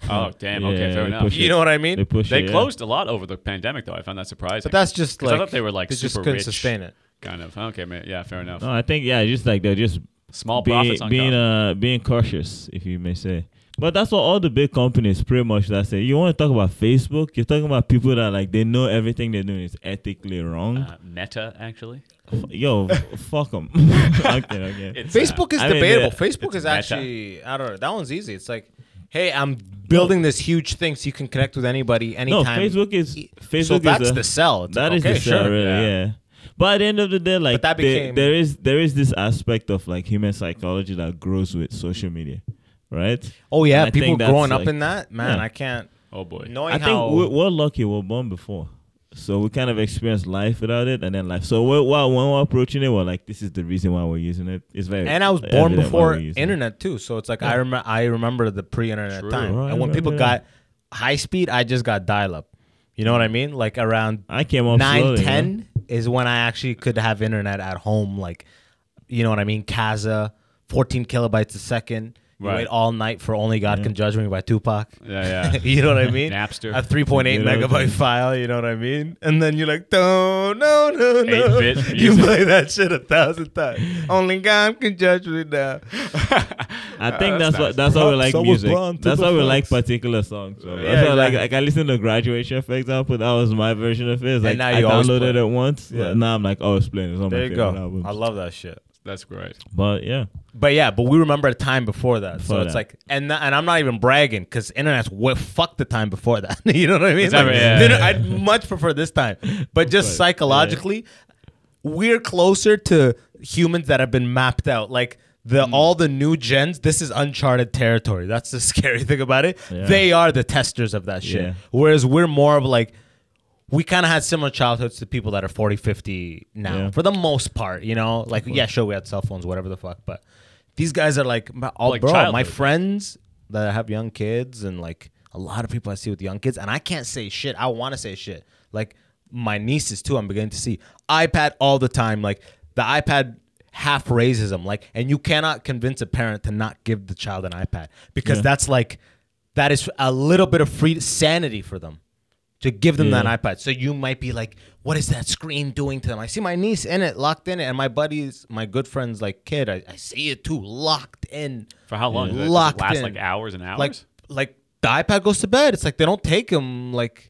oh damn. Okay, Yeah, fair they enough. push You know what I mean? They push They it, yeah. closed a lot over the pandemic, though. I found that surprising. But that's just 'Cause like I thought they were like they super just couldn't rich, sustain it. kind of. Okay, man. Yeah, fair enough. No, I think yeah, just like they're just Small being, profits on being coffee. uh being cautious, if you may say. But that's what all the big companies pretty much that's it. You want to talk about Facebook? You're talking about people that like they know everything they're doing is ethically wrong. Uh, Meta actually. F- *laughs* Yo, f- fuck them. *laughs* okay, okay. It's, uh, Facebook is I mean, debatable. they're- Facebook it's is meta. actually I don't know. That one's easy. It's like, hey, I'm building this huge thing so you can connect with anybody no, anytime. Facebook is E- Facebook. so that's is a- the sell. It's That like, is okay, the sell, sure. really, yeah. But at the end of the day, like But that there- became- there is there is this aspect of like human psychology that grows with social media, right? Oh yeah, And I people think that's, growing up like- in that man. yeah. I can't. Oh boy. Knowing I how think we're, we're lucky we're born before. So we kind of experience life without it, and then life. So we're, while when we're approaching it, we're like, "This is the reason why we're using it." It's very And I was born evident why before we're using it. internet too, so it's like I remember I remember the pre-internet True. time. Oh, I and when people remember got high speed, I just got dial-up. You know what I mean? Like around I came off nine slowly, ten is when I actually could have internet at home. Like, you know what I mean? Casa, fourteen kilobytes a second. You Right. wait all night for "Only God Can Judge Me" by Tupac. Yeah, *laughs* yeah. you know what I *laughs* mean? Napster. a three point eight You know what I megabyte mean? file. You know what I mean? And then you're like, no, no, no, no. 8-bit *laughs* You music. play that shit a thousand times. Only God can judge me now. I think that's, what that's why we Perhaps like I was music. born to That's the why we like facts. particular songs. So Yeah, that's why like exactly. like I listened to Graduation, for example. That was my version of it. It's Like now I you always downloaded play it. it once. Yeah. Yeah. Now I'm like, oh, it's playing. It's on There my you favorite go. album. I love that shit. That's great. But yeah, But yeah, but we remember a time before that. so Before it's that. like, and and I'm not even bragging because internet's what fuck the time before that. *laughs* you know what I mean? Exactly, Like, yeah, you know, yeah, I'd much prefer this time. But just But, yeah. psychologically, we're closer to humans that have been mapped out. Like the Mm. all the new gens, this is uncharted territory. That's the *laughs* scary thing about it. Yeah. They are the testers of that shit. Yeah. Whereas we're more of like we kind of had similar childhoods to people that are 40, 50 now, Yeah. for the most part, you know? Like, yeah, sure, we had cell phones, whatever the fuck, but these guys are like, my- all, Like bro, my childhood. friends that have young kids and like a lot of people I see with young kids, and I can't say shit. I want to say shit. Like, my nieces too, I'm beginning to see iPad all the time. Like, the iPad half raises them. Like, and you cannot convince a parent to not give the child an iPad because Yeah. that's like, that is a little bit of free sanity for them to give them Yeah. that iPad. So you might be like, what is that screen doing to them? I see my niece in it, locked in it, and my buddies, my good friend's like kid, I, I see it too, locked in. For how long? Does it- does it Locked last in. like hours and hours. Like *laughs* like the iPad goes to bed. It's like they don't take them like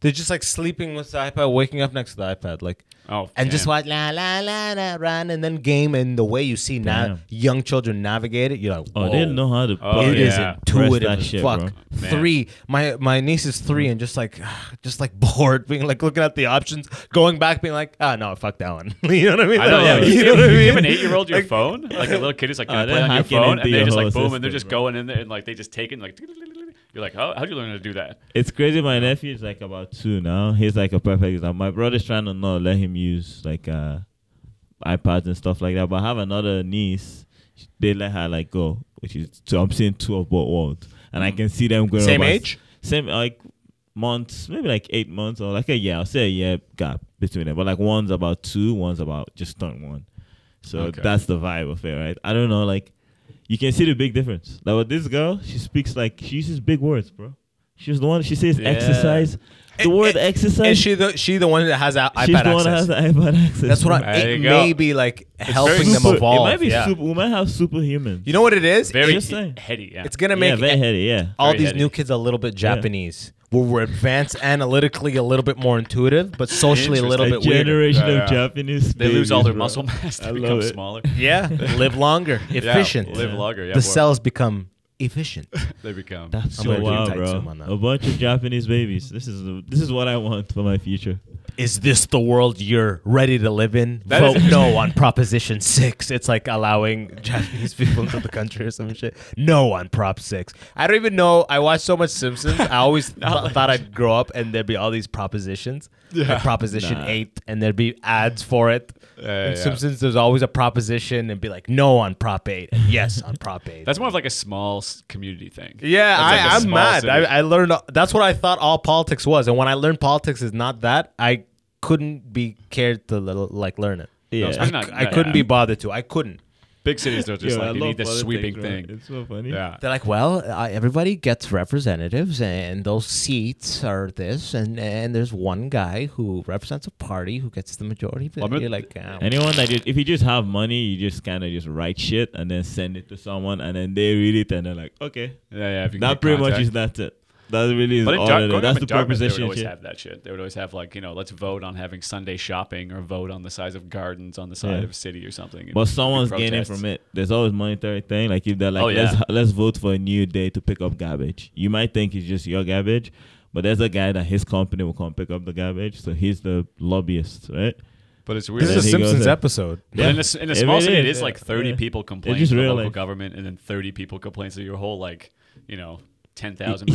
they're just like sleeping with the iPad, waking up next to the iPad. Like oh, and just damn. watch la la la la run and then game and the way you see now Damn. young children navigate it, you're like, oh, they "Whoa." didn't know how to. Oh, play It is yeah. intuitive Press that as shit, fuck. bro. Man. Three. My my niece is three and just like *sighs* just like *laughs* bored, being like looking at the options, going back, being like, ah no, fuck that one. *laughs* you know what I mean? I know, yeah. Like, You, *laughs* you know what I you mean? give an eight-year-old your Like, phone, like a little *laughs* kid is like, Oh, "Can I they're play on your hacking phone?" into And they your just like, boom, whole and they're just system, going in there, and like they just taking like. *laughs* You're like, "How how'd you learn how to do that?" It's crazy. My nephew is like about two now. He's like a perfect example. My brother's trying to not let him use like uh, iPads and stuff like that. But I have another niece. sh- They let her like go, which is so I'm seeing two of both worlds, and I can see them growing. Hmm. Same up as- age? same like months, maybe like eight months or like a year. I'll say a year gap between them. But like one's about two, one's about just turned one. So Okay. that's the vibe of it, right? I don't know, like you can see the big difference. Like with this girl, she speaks like she uses big words, bro. She's the one. She says Yeah. exercise. The And- word and- exercise. Is she the she the one that has a- she's iPad the one that has access? the iPad access. That's what bro. I. There It you go. may be like Very helping them super- evolve. It might be yeah. super. We might have superhuman. You know what it is? Very Just he- saying. heady. Yeah. it's gonna yeah, make e- very heady. Yeah. all Very these heady. new kids a little bit Japanese, where we're advanced analytically, a little bit more intuitive, but socially a little a bit weirder. generation Yeah, of yeah. Japanese. they lose all babies, their bro. muscle mass. They I become love it. smaller. *laughs* *laughs* Yeah, live longer, *laughs* Yeah, efficient. Live longer. Yeah. the boy. cells become efficient. They become. That's So wild, bro. A bunch of Japanese babies. This is the, this is what I want for my future. Is this the world you're ready to live in? That Vote is- no on Proposition Six. It's like allowing *laughs* Japanese people into the country or some shit. No on Prop Six. I don't even know. I watched so much Simpsons. I *laughs* always th- thought I'd grow up and there'd be all these propositions. Like proposition Eight, and there'd be ads for it. Yeah, In yeah. Simpsons, there's always a proposition and be like no on Prop Eight and yes on Prop Eight. That's more of like a small s- community thing. Yeah, That's like I, a I'm small mad. city. I, I learned that's what I thought all politics was, and when I learned politics is not that, I couldn't be cared to l- like learn it. Yeah. it's not- I couldn't be bothered to. I couldn't. Big cities are just Yo, I like you love need this politics, sweeping bro. thing. It's so funny. Yeah. They're like, well, uh, everybody gets representatives, and those seats are this, and and there's one guy who represents a party who gets the majority. But Well, you're but- like, uh, Anyone that just, if you just have money, you just kind of just write shit and then send it to someone and then they read it and they're like, okay, Yeah, yeah. If you can that get pretty much contact. is that's it. That really is But in all Dar- it is. growing up That's in the Dartmouth, they would proposition always shit. have that shit. They would always have like you know, let's vote on having Sunday shopping or vote on the size of gardens on the side Yeah. of a city or something. But someone's gaining from it. There's always monetary thing. Like if they're like, Oh, yeah. let's let's vote for a new day to pick up garbage. You might think it's just your garbage, but there's a guy that his company will come pick up the garbage. So he's the lobbyist, right? But it's weird. this Then is a he goes Simpsons in. episode. But in a, s- in a small city, it is like 30 people. people complain to just the real local life. government, and then 30 people complain. So your whole like, you know, 10,000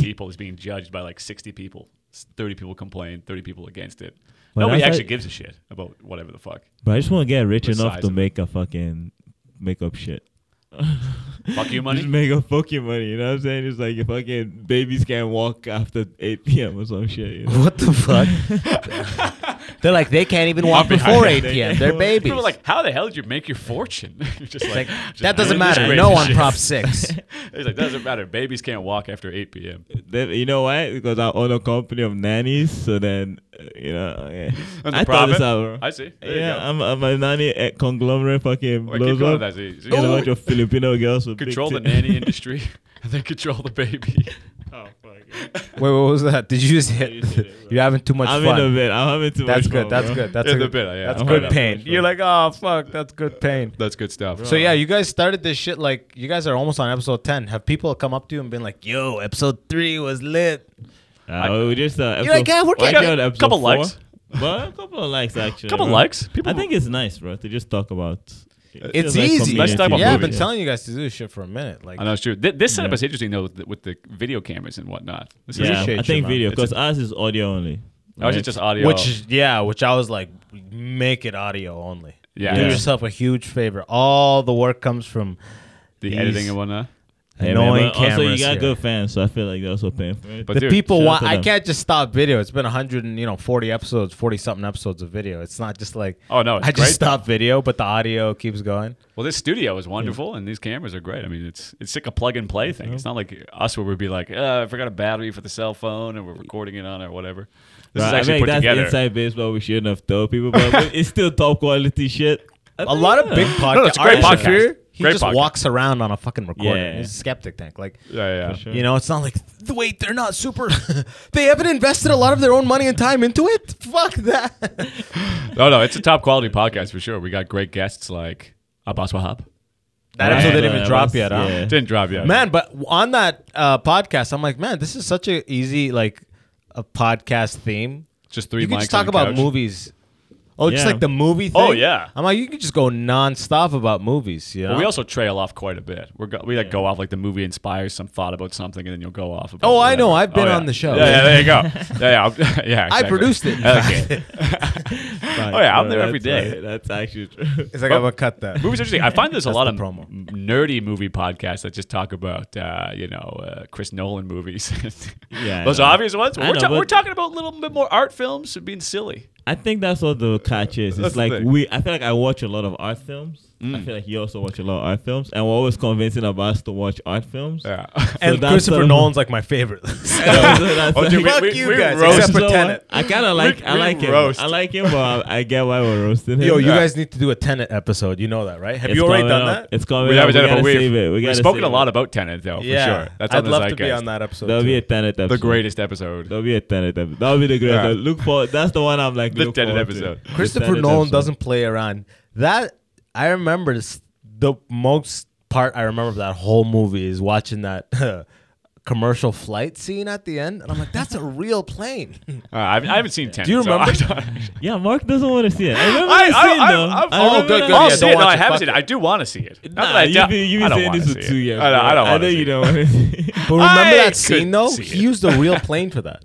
*clears throat* people is being judged by like 60 people. S- 30 people complain, 30 people against it. Well, Nobody that's actually like- gives a shit about whatever the fuck. But I just want to get rich The enough size to of it. make a fucking make up shit. Fuck *laughs* you, Just money. make up fucking money. You know what I'm saying? It's like if fucking babies can't walk after *laughs* 8 p.m. or some shit. You *laughs* know? What the fuck? *laughs* They're like, they can't even walk before 8 p.m. They're babies. People are like, how the hell did you make your fortune? *laughs* You're just It's like, like, just that doesn't doing this matter. crazy No on shit." Prop 6. *laughs* It's like, doesn't matter. Babies can't walk after 8 p.m. Then- you know why? Because I own a company of nannies. So then, uh, you know, yeah. And the I thought this profit? out, bro. I see. There you yeah, go. I'm, I'm a nanny eh, conglomerate fucking Wait, keep blows going up. with that. So you- so Get a you bunch of Filipino girls with big Control the tits. *laughs* nanny industry, *laughs* and then control the baby. Oh, Wait, what was that? Did you just hit? just hit it, bro. *laughs* You're having too much I'm fun. in a bit. I'm having too that's much good. fun, That's bro. good. That's *laughs* Yeah, a the bit, yeah. That's I'm good having too pain. much fun. You're like, oh fuck, that's good pain. *laughs* That's good stuff. So yeah, you guys started this shit like you guys are almost on episode ten. Have people come up to you and been like, "Yo, episode three was lit"? Uh, we just uh, You're like, episode- "Yeah, we're why getting not a episode couple four?" *laughs* likes. But a couple of likes actually. Couple bro. likes? People- I think it's nice, bro, to just talk about. It's just like easy. Let's talk about yeah, I've movies. been telling you guys to do this shit for a minute. Like, I know it's true. Th- this setup Yeah. is interesting though, with the, with the video cameras and whatnot. This is Yeah, Appreciate I think you, video man. It's because ours is audio only. Or is it right? just audio? which is yeah, which I was like, make it audio only. Yeah. do Yeah. yourself a huge favor. All the work comes from the these editing and whatnot. Hey, man, annoying but Also, you cameras got here. good fans, so I feel like they're also paying for it. But the dude, people shout want. out to I them. can't just stop video. It's been a hundred and you know forty episodes, forty something episodes of video. It's not just like Oh, no, it's I just great. stop video, but the audio keeps going. Well, this studio is wonderful, and these cameras are great. I mean, it's it's like a plug and play thing. It's not like us where we'd be like, uh, I forgot a battery for the cell phone, and we're recording it on or whatever. This Right, is actually I mean, put that's together. inside baseball. We shouldn't have told people, but it's still top quality *laughs* shit. I Oh, A think, lot of yeah. big No, podcasts. it's a great podcast. He Great just podcast. walks around on a fucking recorder. Yeah. He's a skeptic tank. Like, Yeah, yeah. For sure. you know, it's not like "Th- wait, they're not super. *laughs* they haven't invested a lot of their own money and time into it. Fuck that. *laughs* No, no, it's a top quality podcast for sure. We got great guests like Abbas Wahab. That Yeah, episode didn't even that drop was- yet. Huh? yeah. Didn't drop yet. Man, but on that uh, podcast, I'm like, man, this is such a easy like a podcast theme. just three. you can mics just talk on the about couch. movies. Oh, just Yeah. like the movie thing. Oh, yeah. I'm like, you can just go nonstop about movies. You know. But we also trail off quite a bit. We're go, we like go off like the movie inspires some thought about something, and then you'll go off. About Oh, I know. whatever. I've been yeah. on the show. Yeah, yeah, there you go. *laughs* Yeah, *laughs* yeah, I'm- yeah. I exactly. produced it. *laughs* Okay. Fuck, Oh, yeah, I'm bro, there every that's day. right. That's actually true. It's like I'm gonna cut that. Oh, Movies are interesting. I find there's a lot the of promo. m- nerdy movie podcasts that just talk about, uh, you know, uh, Chris Nolan movies. *laughs* Yeah, I those know. obvious ones. I We're, know, ta- we're but- talking about a little bit more art films and being silly. I think that's what the catch is. That's It's the like thing. Mm. we. I feel like I watch a lot of art films. I feel like you also watch a lot of art films, and we're always convincing of us to watch art films. Yeah. *laughs* *laughs* So and that's Christopher the- Nolan's *laughs* like my favorite. *laughs* Oh, dude, we- Fuck we- you we guys, roast- except for So, Tenet. I kind of like. I we like him. roast. I like him, but I, I get why we're roasting him. Yo, you Yeah. guys need to do a Tenet episode. You know that, right? Have It's you already coming done up. that? It's coming. we up. haven't done it, gotta but save we've, it. We we've gotta spoken save a it. lot about Tenet, though, for sure. That's on I'd the love to be zeitgeist. on that episode. That'll be too. a Tenet episode. The greatest episode. Uh, That'll be a Tenet episode. That'll be the greatest. Yeah. episode. Look for. That's the one I'm like. The look Tenet forward to. episode. The Christopher Tenet Nolan episode. doesn't play around. That I remember this, the most part I remember of that whole movie is watching that *laughs* commercial flight scene at the end, and I'm like, that's a real plane. *laughs* All right, I haven't- I haven't seen ten. Do you remember? *laughs* *laughs* Yeah, Mark doesn't want to see it. I remember I, I, seeing them. I, I, Oh, will good, good, yeah, see don't it. No, watch I it, haven't fuck seen it. it. I do want to see it. Not that Nah, I you've doubt- been, you've I been don't saying wanna this for see two it. years. I, don't- I bro. don't want know to see you it. don't want to see it. But remember I that scene couldn't though? see He it. used a real plane for that.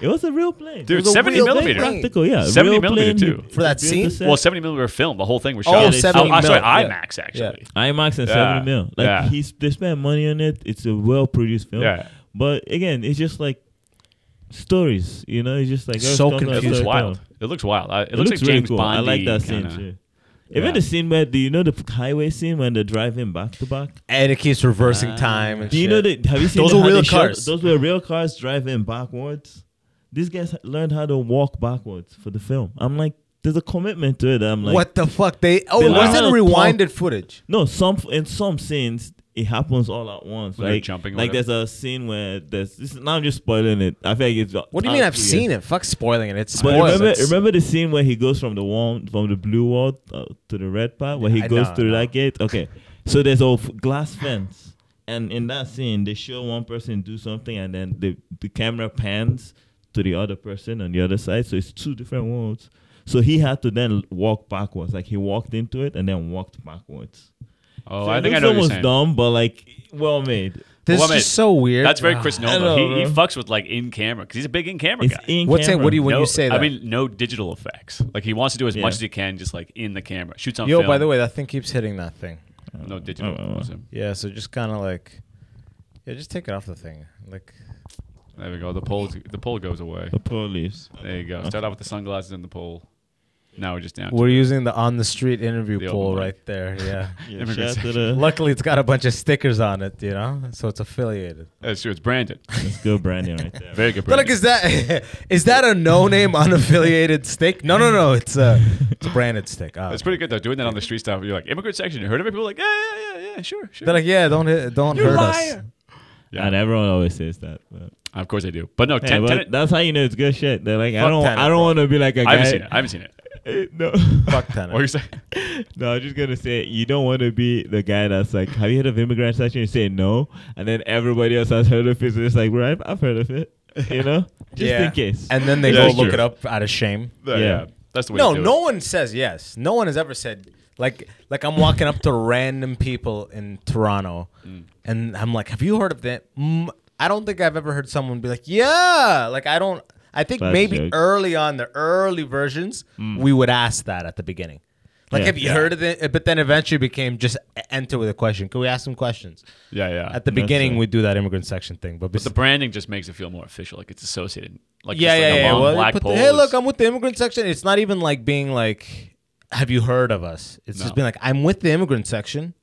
It was a real plane. Dude, was a 70 real millimeter. thing. practical, yeah. 70 real millimeter, plane, too. you For that built the scene? set. Well, 70 millimeter film. The whole thing was Oh, shot. 70 I'm sorry, mil, yeah. IMAX actually. Yeah. IMAX and Yeah, seventy mil. Like yeah. he's they spent money on it. It's a well produced film. Yeah. But again, it's just like stories. You know, it's just like So oh, it's It not confusing. looks story wild. time. It looks wild. I- It, It, looks, like really James cool. Bond. I like that scene too. Even Yeah. the scene where do you know the highway scene when they're driving back to back? *laughs* And it keeps reversing time. And Ah. Do you shit. know that? Have you seen Those the- were how they real shot- cars. Those were real cars driving backwards. These guys learned how to walk backwards for the film. I'm like, there's a commitment to it. I'm like, what the fuck? They oh, They it learned wasn't how to rewinded footage. No, some in some scenes it happens all at once. When they're like jumping or like whatever. there's a scene where there's this, now I'm just spoiling it. I think it's What do you mean? I've seen it. Fuck spoiling it. It's Oh, But spoiled. remember, It's- remember the scene where he goes from the one from the blue wall uh, to the red part where he I goes know, I through know. that gate. Okay, so there's a f- glass fence, and in that scene they show one person do something, and then the the camera pans to the other person on the other side. So it's two different worlds. So he had to then walk backwards. Like he walked into it and then walked backwards. Oh, So I it think I looks know what you're almost saying. dumb, but like well made. This Well, is I mean, just so weird. That's very Ah. Chris I Nolan. know, he, he bro. fucks with like in camera because he's a big in camera It's guy. in What's that? camera. What do you when No- you say that? I mean, no digital effects. Like he wants to do as Yeah. much as he can, just like in the camera. Shoots on yo. film. By the way, that thing keeps hitting that thing. no digital. Oh, oh, oh. Yeah. So just kind of like, yeah, just take it off the thing. Like, There we go. The pole. The pole goes away. The police. There you go. Start off with the sunglasses and the pole. Now we're just down. to- we're using the on the street interview The open poll mic. right *laughs* there. Yeah. Yeah, Immigrants. shout out to the- Luckily, it's got a bunch of stickers on it, you know, so it's affiliated. *laughs* That's true. It's branded. That's good branding right there. Very good. But like, Branded. is that is that a *laughs* no-name unaffiliated stick? No, no, no. It's a it's a branded stick. Oh. That's pretty good though. Doing that on the street stuff. You're like immigrant section. You heard of it? People are like yeah, yeah, yeah, yeah. Sure, sure. They're like, yeah, don't hit, don't hurt us. Yeah. And everyone always says that. But, of course I do. But no, hey, ten, but Tenet- that's how you know it's good shit. They're like, I Fuck don't, Tenet, I don't want to be like a guy. I haven't seen it. *laughs* I haven't *laughs* seen it. it. No, Fuck What are you tenant. *laughs* saying? *laughs* no. I'm just gonna say you don't want to be the guy that's like, have you heard of immigrant section? You say no, and then everybody else has heard of it. So it's like, right, I've heard of it. You *laughs* know, just in case. And then they Yeah, go that's look true. it up out of shame. Yeah. Yeah. That's the way. No, to do no It. one says yes. No one has ever said like like I'm walking up to random people in Toronto, and I'm like, "Have you heard of that?" Mm, I don't think I've ever heard someone be like, "Yeah." Like I don't. I think That's maybe joke. early on the early versions, we would ask that at the beginning. Like, Yeah. have you heard of it? But then eventually became just e, enter with a question. Can we ask some questions? Yeah, yeah. At the That's beginning, right. we do that immigrant section thing. But, The branding just makes it feel more official, like it's associated. Like yeah, just yeah, like a yeah. long Well, you black put the, pole hey, is- look, I'm with the immigrant section. It's not even like being like, have you heard of us? It's No. just being like, I'm with the immigrant section.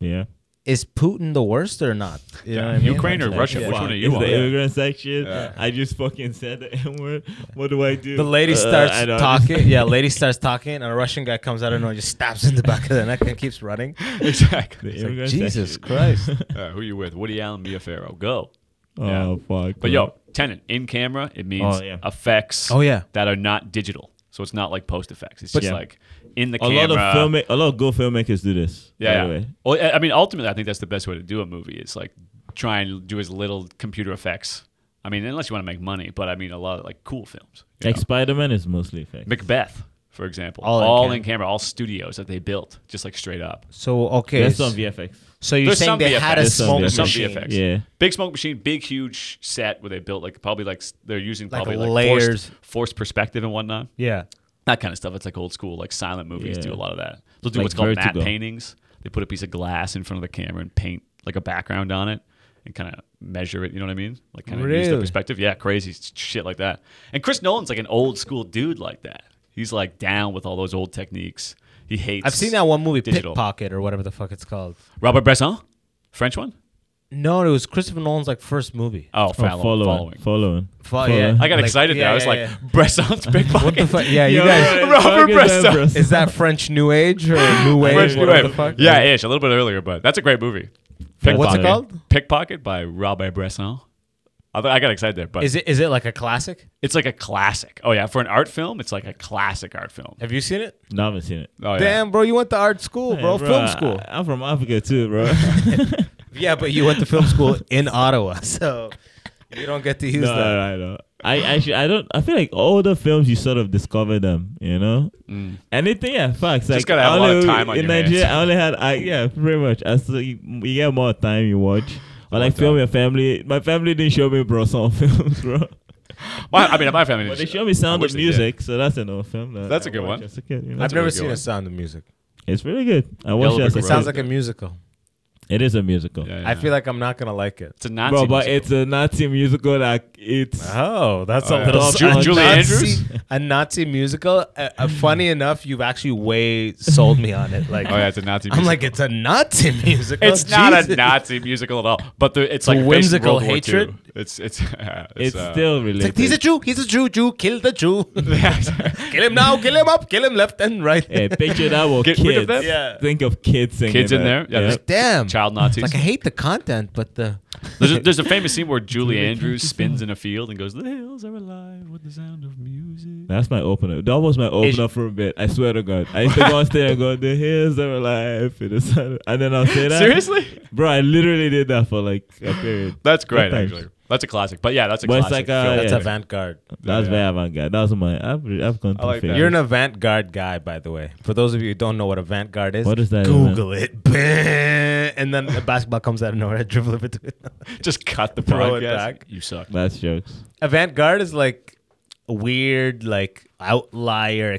yeah. Is Putin the worst or not? You know what I mean? Ukraine or Like, Russia? yeah. Which one are It's you on? the immigrant section. I just fucking said the N word. What do I do? The lady Uh, starts I don't talking. yeah, lady starts talking, and a Russian guy comes out of nowhere, and just stabs in the back of the neck, and keeps running. *laughs* Exactly. The It's like, immigrant Jesus section. Christ! Uh, who you with? Woody Allen, Mia Farrow. Go. Oh fuck. But yo, tenant in camera, it means Oh, yeah. effects. Mm-hmm. Oh, yeah. That are not digital, so it's not like post effects. It's just yeah. like in the a camera. lot of film, a lot of good filmmakers do this. Yeah. by the yeah. way. Well, I I mean, ultimately, I think that's the best way to do a movie. It's like try and do as little computer effects. I mean, unless you want to make money, but I mean, a lot of like cool films. you Like know? Spider Man is mostly fake. Macbeth, for example, all, All in in, cam- camera, all studios that they built, just like straight up. So okay, There's some VFX. so you're There's saying some they had a VFX. smoke There's some machine, VFX. Yeah. Big smoke machine, big huge set where they built like probably like s- they're using Like probably layers. forced, forced perspective and whatnot. yeah, that kind of stuff. It's like old school, like silent movies Yeah. do a lot of that. They'll do Like what's called Vertigo. matte paintings. They put a piece of glass in front of the camera and paint like a background on it and kind of measure it. You know what I mean? Like kind of use their Really? perspective. Yeah, crazy s- shit like that. And Chris Nolan's like an old school dude like that. He's like down with all those old techniques. He hates. I've seen that one movie, Digital. Pickpocket or whatever the fuck it's called. Robert Bresson, French one. No, it was Christopher Nolan's like first movie. Oh, Oh, follow, following. following. Following. Fo- yeah. I got Like, excited yeah, there. I was yeah, like, yeah. Bresson's big *laughs* pocket. What the fuck? *laughs* Yeah, you Yo, guys. right, Robert *laughs* fuck is that, Bresson. Is that French New *laughs* Age or New Wave? French New whatever Wave. the fuck? Yeah, ish. A little bit earlier, but that's a great movie. Pickpocket. What's it called? Pickpocket by Robert Bresson. I thought- I got excited there, but Is it is it like a classic? it's like a classic. Oh yeah, for an art film, it's like a classic art film. Have you seen it? No, I haven't seen it. Oh yeah. Damn, bro, you went to art school, Hey, bro, I- film school. I'm from Africa too, bro. *laughs* Yeah, but you went to film school in Ottawa, *laughs* so you don't get to use no, that. I know. I actually, I don't. I feel like all the films you sort of discover them, you know. Anything, yeah, facts. Just like, Mm. gotta have I a lot of only- time on in your hands. Nigeria. I only had, I yeah, pretty much. As you, you get more time, you watch. Or like film your family. My family didn't show me bro song *laughs* films, bro. My- I mean, my family. But they didn't- show me Sound I of wish they did. Music, so that's an old film. That That's a a good one. I've a never really seen good a one. Sound of Music. It's really good. I watched Yellow it. as Brick a It Road. kid. sounds like a musical. It is a musical. I Yeah, yeah. feel like I'm not gonna like it. it's a Nazi. Bro, but musical. it's a Nazi musical. Like it's Oh, that's Oh, a yeah. little Ju- a Julie Nazi- Andrews? A Nazi musical. Uh, uh, funny enough, you've actually way sold me on it. Like, oh yeah, it's a Nazi. I'm musical. like, it's a Nazi *laughs* musical. It's not a Jesus. Nazi musical at all, but the, it's like It's based in whimsical World War hatred? II. It's it's *laughs* yeah, it's uh, still It's related. like he's a Jew. He's a Jew. Jew. Kill the Jew. *laughs* kill him now. Kill him up. Kill him left and right. Hey, picture that with Get kids. rid of them? Yeah. Think of kids singing. kids in there. that. Yeah, there's *laughs* Damn. *laughs* child Nazis. Like I hate the content, but the There's a, there's a famous scene where Julie Andrews spins in a field and goes, "The hills are alive with the sound of music." That's my opener. That was my opener for a bit. I swear to God. I used to go on stage and go, the hills are alive. in the sun." And then I'll say that. Seriously, Bro, I literally did that for like a period. that's great. Sometimes. Actually, that's a classic. But yeah, that's a But it's classic. like, uh, film. That's that's Yeah. a avant-garde. That's Yeah. very avant garde. That was my. I've, I've gone through like phases. that. You're an avant-garde guy, by the way. For those of you who don't know what avant-garde is, What is that, Google it. *laughs* Bah! And then the basketball comes out of nowhere. *laughs* I dribble it between. *laughs* just cut the Throw podcast. it back. You suck. That's jokes. avant-garde is like weird, like outlier,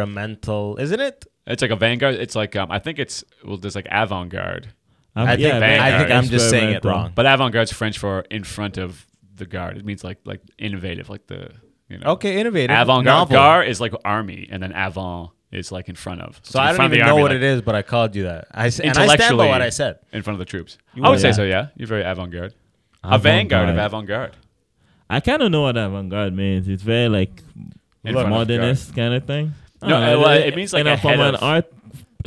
experimental, isn't it? It's like a vanguard. It's like um, I think it's well, there's like avant garde, I'm, I think I think I'm just saying it experimental. wrong. but avant garde's French for in front of the guard. It means like like innovative, like the you know. Okay, innovative, Avant-garde novel. gar is like army, and then avant is like in front of. So I don't even know what it is, but I called you that. I s- and I stand by Intellectually- what I said. In front of the troops. You I are, would say yeah. so. Yeah, you're very avant-garde. A vanguard of Avant-garde. avant-garde. I kind of know what avant garde means. It's very like In front of modernist kind of thing. I No, don't know. uh, well, it means like you know, ahead from an of- art.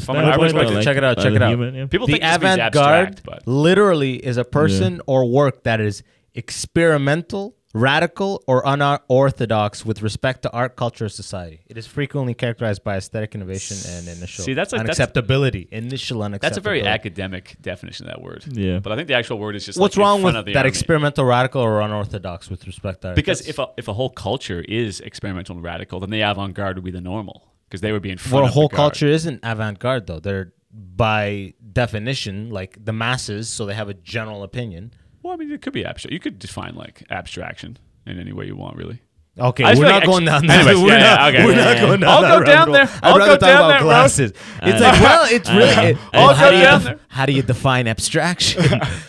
from an art standpoint, perspective, or, check it out, as check a it out. human, yeah. People the think this means avant-garde abstract, but literally is a person or work that is experimental, radical, or unorthodox with respect to art, culture, or society. It is frequently characterized by aesthetic innovation and initial See, that's like- that's- unacceptability. initial unacceptability. that's a very academic definition of that word. Yeah. But I think the actual word is just What's like, in wrong with front of that the army. experimental, radical, or unorthodox with respect to art? Because That's- if a, if a whole culture is experimental and radical, then the avant-garde would be the normal because they would be in front. well, a of the whole guard. culture isn't avant-garde though. They're by definition like the masses, so they have a general opinion. Well, I mean, it could be abstract. You could define like abstraction in any way you want, really. Okay, I just we're feel not like going ex- down there. Anyways, we're yeah, not, yeah, okay. we're Yeah, not yeah. going down I'll that go road, down bro. there. I'd I'll rather go talk down about that road. glasses. It's like, well, it's I- really. it- I'll well, go how, do you down def- there. how do you define abstraction?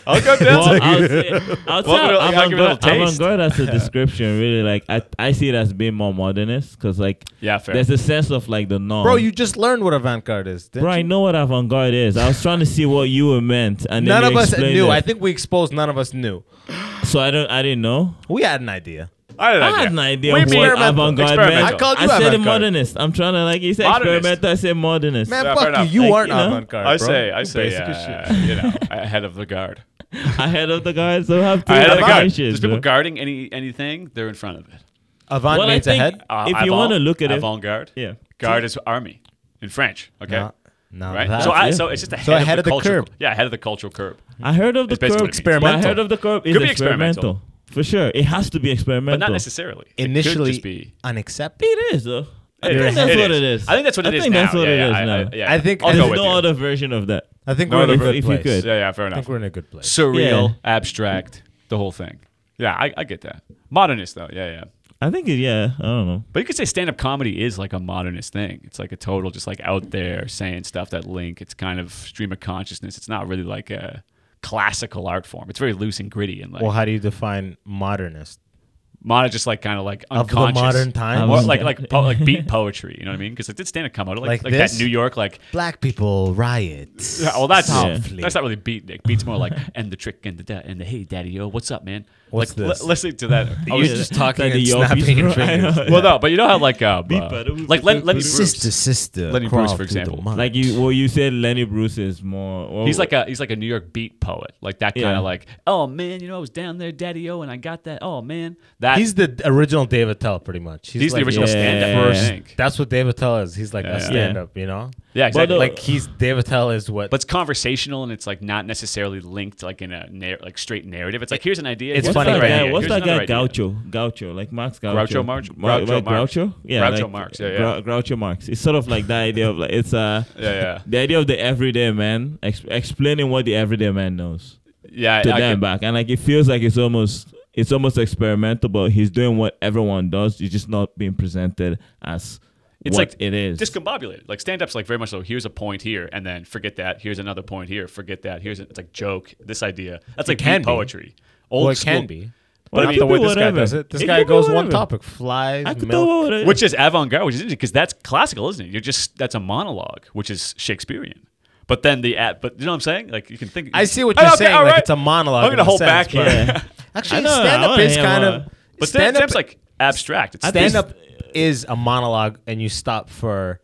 I'll *laughs* go down. Well, *laughs* I'll say, I'll say Well, I'll give it a avant-garde, taste. avant-garde as a description, really. Like, I, I see it as being more modernist because, like, Yeah, fair. there's a sense of, like, the norm. Bro, you just learned what avant-garde is. didn't Bro, I you? know what avant-garde is. I was trying to see what you were meant, and then None you of us explained knew. it. I think we exposed none of us knew. so. I don't. I didn't know. We had an idea. I had an I idea. had an idea We what mean- avant-garde meant. experimental. I called you I said avant-garde. modernist. I'm trying to like you said Modernist. experimental. I said modernist. Man, Yeah, fair fuck you. enough. You Like, aren't you know, avant-garde, I bro. say, I say, Basic as uh, you know, *laughs* ahead of the guard. ahead of the guard. So have two Ahead of the guard. definitions, There's people bro. guarding any anything. They're in front of it. Avant Well, I means think- ahead. Uh, If you avant- wanna look at it- avant-garde. Yeah. Guard is army in French. Okay. No, no, right. that- So I, yeah. so it's just ahead, So ahead of, the of the cultural- curb. Yeah, ahead of the cultural curb. I heard of the It's basically curb. what it means. Experimental. I heard of the curb is Could be experimental. experimental. For sure, it has to be experimental. But not necessarily. It could initially just be- unacceptable. It is though. I think It is. that's It what is. it is. I think that's what it I is think that's now. what Yeah, it is yeah, now. I- yeah. I think- I'll There's go There's with no you. other version of that. I think No, we're in a if- good if you place. could. Yeah, yeah, fair I think enough. we're in a good place. Surreal, Yeah. abstract, the whole thing. Yeah, I, I get that. Modernist though, yeah, yeah. I think it, yeah. I don't know. But you could say stand-up comedy is like a modernist thing. It's like a total, just like out there saying stuff that link. It's kind of stream of consciousness. It's not really like a classical art form. It's very loose and gritty and like Well, how do you define modernist? Mata just like kind of like Of the unconscious modern time? Or *laughs* like like po- like beat poetry. You know what I mean? Because it did stand up come out like Like like that this? New York like Black people riot. yeah, well, that's Softly. that's not really beat. Nick. Beat's more like and the trick and the da- and the hey daddy yo, what's up, man? What's like this? li- listening to that. I You was just just talking Like and the Yuppies, snapping and right? I know. fingers. *laughs* well, no, but you know how like uh, Beat uh, butter. like Len- Lenny *laughs* Bruce. Sister, sister. Lenny crawl Bruce, for through the example. mud. Like you, well, you said Lenny Bruce is more. Well, He's like a he's like a New York beat poet, like that kind Yeah. of like oh man, you know I was down there, daddy o, and I got that. Oh man, that He's the original Dave Attell, pretty much. he's the like original yeah. stand-up. First- I think. That's what Dave Attell is. He's like Yeah. a stand-up, you know. yeah, exactly. uh, Like he's Dave Attell is what. but it's conversational and it's like not necessarily linked like in a nar- like straight narrative. It's like here's an idea. It's here's What's funny, another that right? idea, guy? What's here's that another guy? idea. Gaucho, Gaucho, like Max Gaucho. Groucho Marx? Mar- Groucho right, Marx. Groucho, yeah, Groucho like, Marx, yeah, Grou- yeah. Groucho Marx. It's sort of like that idea of like it's uh, Yeah, yeah. the idea of the everyday man ex- explaining what the everyday man knows Yeah, to I them could- back, and like it feels like it's almost it's almost experimental, but he's doing what everyone does. It's just not being presented as it's what like it is. discombobulated. Like stand-up's like very much so. Here's a point here, and then forget that. Here's another point here. Forget that. Here's a, it's like joke. This idea. That's like can beat be. poetry. Old well, it school, can be. Well, But it not could the way be this guy whatever. does it. This It guy could be goes one whatever. topic: flies, I could milk. throw whatever. which is avant-garde, which is interesting because that's classical, isn't it? You're just that's a monologue, which is Shakespearean. But then the at, but you know what I'm saying? Like you can think. Oh, I see what you're saying. Like it's a monologue. I'm gonna in a hold sense, back but- here. *laughs* I Actually, know, I stand up wanna is hear kind more. of. *laughs* But stand stand-up's up like abstract. It's stand up is a monologue, and you stop for.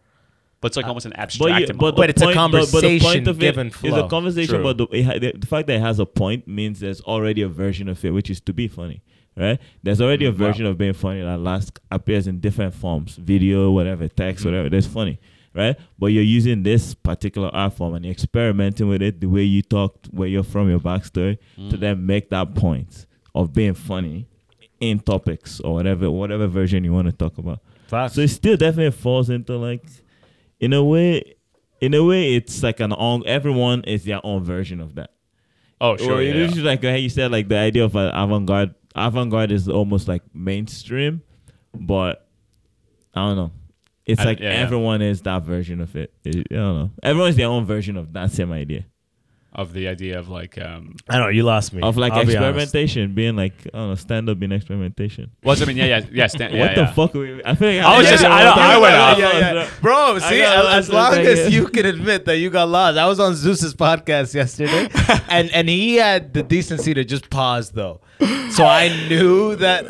but it's like almost an abstract. But, you, but, monologue. the But it's a point- but- but the conversation point of it given It's flow. a conversation, True. but the, it, ha- the- the fact that it has a point means there's already a version of it, which is to be funny, right? There's already a version of being funny that last appears in different forms, video, whatever, text, whatever. That's funny, right? But you're using this particular art form and you're experimenting with it, the way you talked, where you're from, your backstory, to then make that point of being funny in topics or whatever, whatever version you want to talk about. Facts. So it still definitely falls into like, in a way, in a way, it's like an on. Everyone is their own version of that. oh sure, Or yeah, it yeah. is like how you said, like the idea of an avant-garde. Avant-garde is almost like mainstream, but I don't know. It's I- like yeah, yeah. everyone is that version of it. It- I don't know. Everyone's their own version of that same idea of the idea of like um, I don't know. You lost me. of like I'll be honest. experimentation, being like I don't know, stand up being experimentation. Well, I mean, yeah, yeah, yeah. Stand, yeah, what the yeah. fuck? Are we, I think I was just- I don't- I went off. Yeah, *laughs* yeah. Bro, see, got as- as lost in long that, yeah. as you can admit that you got lost, I was on Zeus's podcast *laughs* yesterday, and and he had the decency to just pause though, so I knew that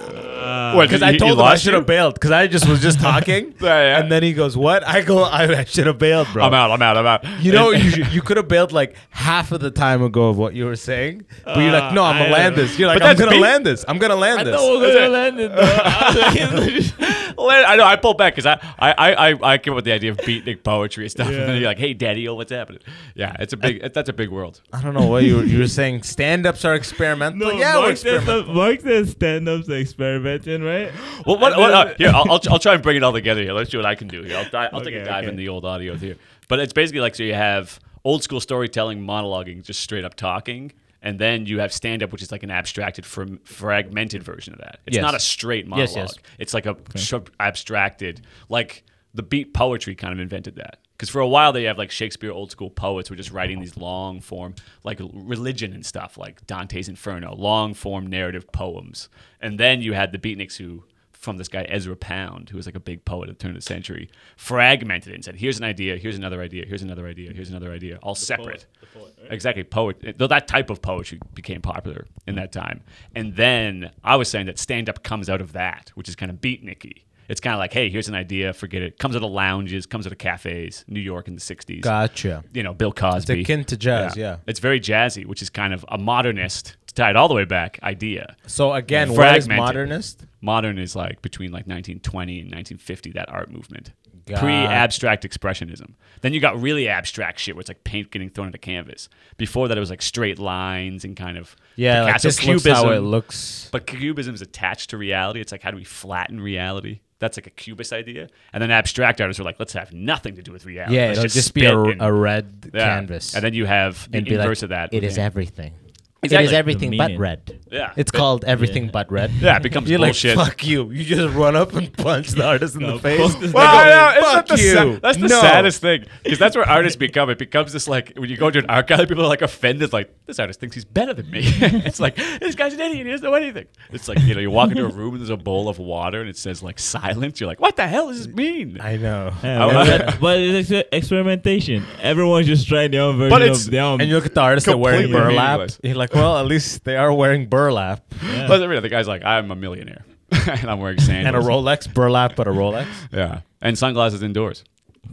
What, because he- I he told him I lost should you? have bailed because I just was just talking, *laughs* Yeah, yeah. and then he goes, "What?" I go, "I, I should have bailed, bro." I'm out. I'm out. I'm out. You know, *laughs* you, should- you could have bailed like half of the time ago of what you were saying, but you're like, "No, I'm I gonna land don't- this." You're like, But "I'm that's gonna me- land this. I'm gonna land this." No, we're gonna land it. though. *laughs* Well, I know I pulled back because I, I, I, I, I came up with the idea of beatnik poetry and stuff, and then you're like, "Hey, Daddy, oh, what's happening?" Yeah, it's a big. that's a big world. I don't know what you were, you were saying. Stand ups are experimental. No, yeah, we're Mark says, experimental. Mark says stand up's experimenting, right? Well, what, And what, then- uh, here, I'll, I'll, I'll try and bring it all together here. Let's see what I can do here. I'll, di- I'll take a Okay, dive okay. in the old audio here. But it's basically like so you have old school storytelling, monologuing, just straight up talking, and then you have stand up, which is like an abstracted, from, fragmented version of that. It's Yes. not a straight monologue. yes. It's like a sub- abstracted, like the beat poetry kind of invented that. Because for a while they have like Shakespeare, old school poets were just writing these long form, like religion and stuff, like Dante's Inferno, long form narrative poems. And then you had the beatniks who, from this guy Ezra Pound, who was like a big poet at the turn of the century, fragmented it and said, "Here's an idea, here's another idea, here's another idea, here's another idea, all separate." Exactly, poet. Though that type of poetry became popular in that time, and then I was saying that stand up comes out of that, which is kind of beatniky. It's kind of like, hey, here's an idea, forget it. Comes out of lounges, comes out of cafes, New York in the '60s. Gotcha. You know, Bill Cosby. akin to jazz, yeah. It's very jazzy, which is kind of a modernist, to tie it all the way back, idea. So again, what is Fragmented. modernist? Modern is like between like 1920 and 1950, that art movement. Got- Pre-abstract expressionism. Then you got really abstract shit where it's like paint getting thrown at a canvas. Before that, it was like straight lines and kind of Yeah, like Picasso this looks how it looks. But cubism is attached to reality. It's like how do we flatten reality? That's like a cubist idea. And then abstract artists were like, let's have nothing to do with reality. Yeah, Let's it'll just, be a, spit and- a red yeah. canvas. And then you have the It'd be like, inverse of that. It with is an- everything. Exactly. It is everything but meaning. red. Yeah. It's called everything but red. Yeah, it *laughs* becomes You're bullshit. like, fuck you. You just run up and punch the artist in the *laughs* face. Well, I Fuck know, it's not the sa- you. that's the No. saddest thing because that's where artists become. It becomes this like when you go to an art gallery, people are like offended, like this artist thinks he's better than me. *laughs* it's like this guy's an idiot. He doesn't know anything. It's like you know you walk into a room and there's a bowl of water and it says like silence. You're like, what the hell does this mean? I know. Yeah, I- but, but it's ex- experimentation. Everyone's just trying their own version But it's- of their own. And you look at the artists that are wearing Um, Completely burlap. meaningless. You're like, well, at least they are wearing burlap yeah. But really, the guy's like, I'm a millionaire *laughs* and I'm wearing sandals and a Rolex. Burlap, but a Rolex. Yeah, and sunglasses indoors.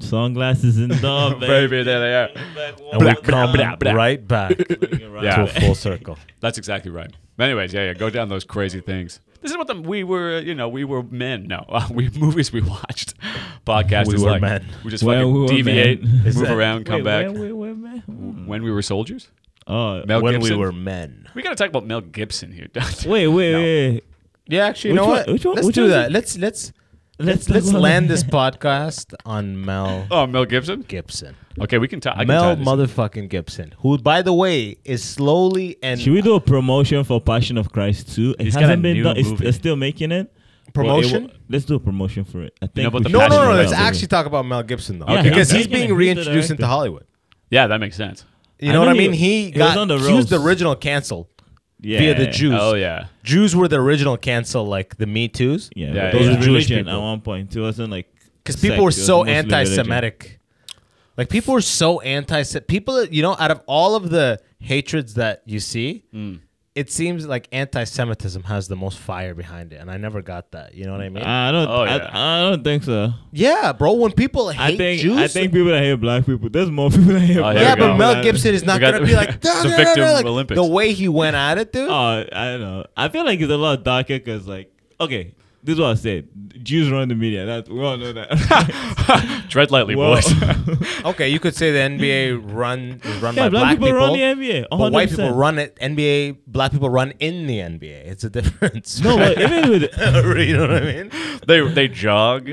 sunglasses *laughs* and dog, baby. Baby, there they are. And we Blah, blah, come blah, blah. right back to *laughs* Yeah. a full circle. That's exactly right. Anyways, yeah, yeah, go down those crazy things. This is what the, we were, uh, you know, we were men. No, *laughs* uh, we movies we watched, *laughs* podcast We is were like men. we just Well, fucking we *laughs* were deviate, men. move that- around, come Wait, back. where- where- where, man? Hmm. when we were soldiers, Oh, Mel when Gibson. we were men. we gotta talk about Mel Gibson here. *laughs* wait, wait, No. wait. Yeah, actually, you Which know one- what? which one- let's which do one is that. it? Let's let's Let's let's, talk about land that. this podcast on *laughs* Mel Oh, Mel Gibson. Gibson. Okay, we can talk. I can tie Mel this. motherfucking Gibson, who by the way is slowly and *laughs* Should we do a promotion for Passion of Christ 2? It He's got a hasn't been new done. It's, movie. it's still making it. promotion. Well, it wa- let's do a promotion for it. I think we but the should no, Passion no, of no. Mel Let's Gibson. actually talk about Mel Gibson though, Okay, because okay. he's being He's the reintroduced into director. Hollywood. Yeah, that makes sense. You I know what I know he mean? was- He he was got on the he was the ropes. original cancel yeah. via the Jews. Oh yeah, *laughs* Jews were the original cancel, like the Me Too's. Yeah, Yeah, but those yeah. were Jewish Jewish at people. one point. It wasn't like because people sect, were it was so mostly religion. anti-Semitic. Like people were so anti. People, you know, out of all of the hatreds that you see, Mm. it seems like anti-Semitism has the most fire behind it, and I never got that. You know what I mean? I don't. Oh, I, yeah. I don't think so. yeah, bro. When people hate I think Jews, I think people that hate black people. There's more *laughs* people that hate. Oh, black here yeah, we people but go. Mel Gibson is not We got- gonna be *laughs* like It's "Da, a da, da, victim da," like, Olympics. The way he went at it, dude. Oh, I don't know. I feel like it's a lot darker because, like, okay, this is what I said. Jews run the media. That we all know *laughs* that. *laughs* tread lightly, Well, boys. *laughs* *laughs* Okay, you could say the NBA run is run yeah, by black, people, run the NBA. But white 100%. people run it. NBA black people run in the NBA. It's a *laughs* difference. No, but even with *laughs* you know what I mean. they they jog.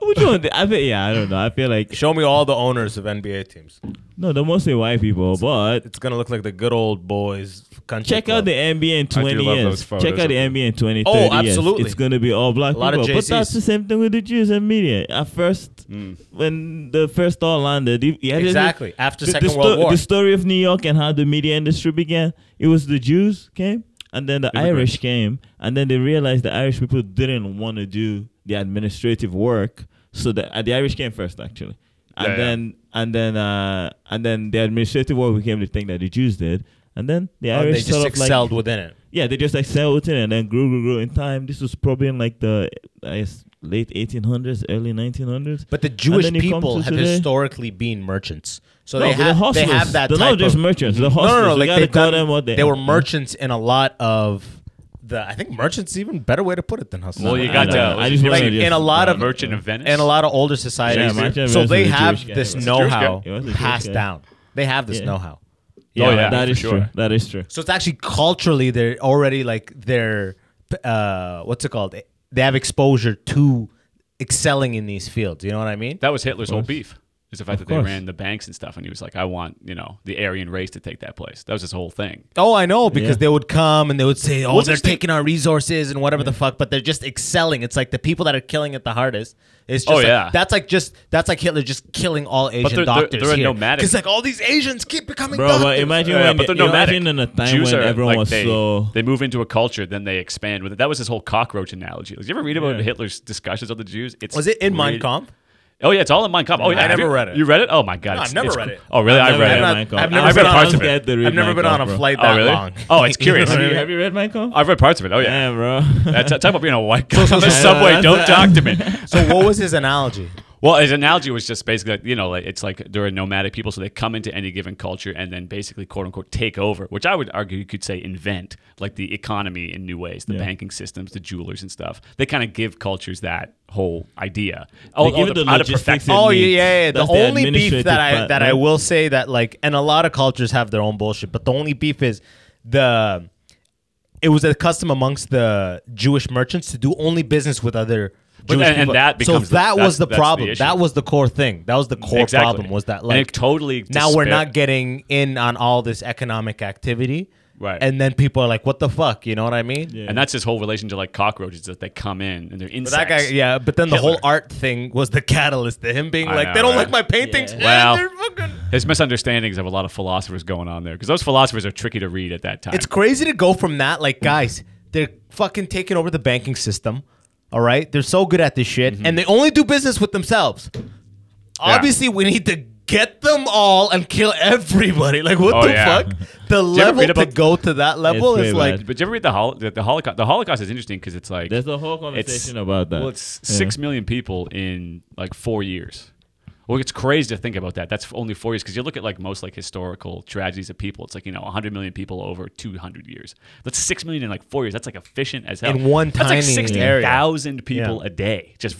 which one? I feel yeah. I don't know. I feel like Show me all the owners of NBA teams. no, they're mostly white people. But It's gonna look like the good old boys country. check club. out the NBA in love 20 those years. photos Check of out the NBA in 20, Oh, 30 absolutely. years. It's gonna be all black A lot of people. But JCs. that's the same thing with the Jews and media. At first, Mm. when the first all landed, you, you had this- Exactly, after the, Second the World sto- War. the story of New York and how the media industry began. It was the Jews came, and then the Immigrants. Irish came, and then they realized the Irish people didn't want to do the administrative work, so the uh, the Irish came first actually, and Yeah, yeah. then and then uh, and then the administrative work became the thing that the Jews did. And then the Oh, they Irish just sort of like excelled within it. yeah, they just excelled within it and then grew, grew, grew in time. This was probably in like the I guess, late 1800s, early 1900s. But the And Jewish then you come people to have today- historically been merchants, so No, they but they're have they hustlers. have that. They're type not just of, merchants. They're No, no, no. hustlers. Like You gotta they've call done- them what they were are. merchants in a lot of the. I think merchants is even better way to put it than hustlers. Well, you I got know. to. I just like wanna in a lot of uh, Merchant of Venice in a lot of older societies. Yeah, merchant of so Venice they was a have Jewish guy. this It was a Jewish guy. know-how It was a Jewish passed guy. down. They have this Yeah. know-how. Oh, yeah, that for is sure. true. That *laughs* is true. So it's actually culturally they're already like they're uh, what's it called? They have exposure to excelling in these fields. You know what I mean? That was Hitler's whole beef. Is the fact that they course. ran the banks and stuff, and he was like, "I want you know the Aryan race to take that place." That was his whole thing. Oh, I know because Yeah. they would come and they would say, "Oh, What's they're this thing- taking our resources and whatever the fuck," but they're just excelling. It's like the people that are killing it the hardest. It's just Oh, like- yeah. that's like just that's like Hitler just killing all Asian they're- they're- doctors they're a here. nomadic- Because like all these Asians keep becoming Bro, doctors. but imagine Yeah, when but they're nomadic. imagine in a time Jews when are, everyone like, was they, *laughs* so They move into a culture, then they expand with it. That was his whole cockroach analogy. Like, did you ever read about Yeah. Hitler's discussions of the Jews? It's was it in Mein really- Kampf? Oh yeah, it's all in Mein Kampf. Oh yeah, I have never you- read it. You read it? Oh my god, No, I've it's- never it's- read it. Oh really? I never read read it. it. I've, Mein not, Kampf. I've never I've been read on parts a of it. had to read I've never Mein been on a Kampf, bro. flight Oh, that really? long. Oh, it's curious. *laughs* You know what Have I you- mean? Have you read my call? I've read parts of it. Oh yeah. Yeah, bro. That's, talk about being a white guy on so- the subway. that's Don't a- talk to me. *laughs* So what was his analogy? Well, his analogy was just basically, like, you know, like it's like they're a nomadic people, so they come into any given culture and then basically, quote unquote, take over. Which I would argue you could say invent, like the economy in new ways, the Yeah. banking systems, the jewelers and stuff. They kind of give cultures that whole idea. Oh, They give it the how to logistics perfect and it. Oh yeah, needs. yeah, yeah. The That's the only beef administrative that I part, that I right? will say that like, and a lot of cultures have their own bullshit, but the only beef is the it was a custom amongst the Jewish merchants to do only business with other. But Jewish and- and people. that becomes so that the- was that's- the that's the problem. issue. that was the core thing. That was the core Exactly. problem. Was that And like it totally now we're dispar- not getting in on all this economic activity Right. And then people are like, "What the fuck?" You know what I mean? Yeah. And that's his whole relation to like cockroaches that they come in and they're But insects. that guy, yeah. But then the Hitler. whole art thing was the catalyst to him being I like, know, "They don't right? like my paintings." Yeah. Yeah, *laughs* Well, they're fucking- His misunderstandings of a lot of philosophers going on there because those philosophers are tricky to read at that time. It's crazy to go from that, like, guys, they're fucking taking over the banking system. All right. They're so good at this shit. Mm-hmm. And they only do business with themselves. Obviously, we need to get them all and kill everybody. Like, what Oh, the yeah. *laughs* fuck? The level read to about- go to that level It's is way like, bad. but you ever read the, hol- the, the Holocaust? The Holocaust is interesting because it's like *laughs* There's a whole conversation about that. well, it's Yeah. six million people in like four years. Well, it's crazy to think about that. That's only four years because you look at like most like historical tragedies of people. It's like you know, 100 million people over 200 years. That's six million in like four years. That's like efficient as hell. In one That's like tiny 60,000 people Yeah. a day just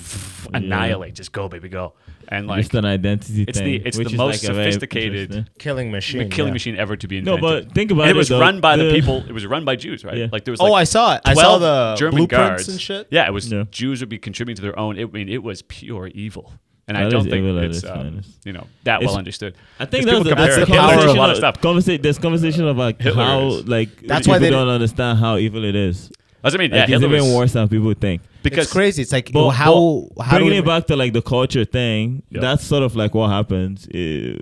annihilate. Just go, baby, go. And like It's an identity it's thing. the it's the which is most like a very sophisticated interesting- killing machine. killing yeah. machine ever to be No, invented. but think about and it, It was though. run by the, The- people. It was run by Jews, right? Yeah. Like there was. Oh, like I saw it. I saw 12 the German blueprints guards and shit. Yeah, it was Yeah. Jews would be contributing to their own. It, I mean, it was pure evil, and I That don't is think evil at it's its um, finest. you know that It's- well understood. I think 'Cause that's, people a, that's compare the it to a conversation. lot of stuff. Conversa- there's conversation about Hitler how is. like That's people why they don't understand how evil it is. That's what I mean. Like, Yeah, it's Hitler even was- worse than people think. because It's crazy. It's like, But, how, but how do bringing we, it back to like the culture thing, Yeah. that's sort of like what happens uh,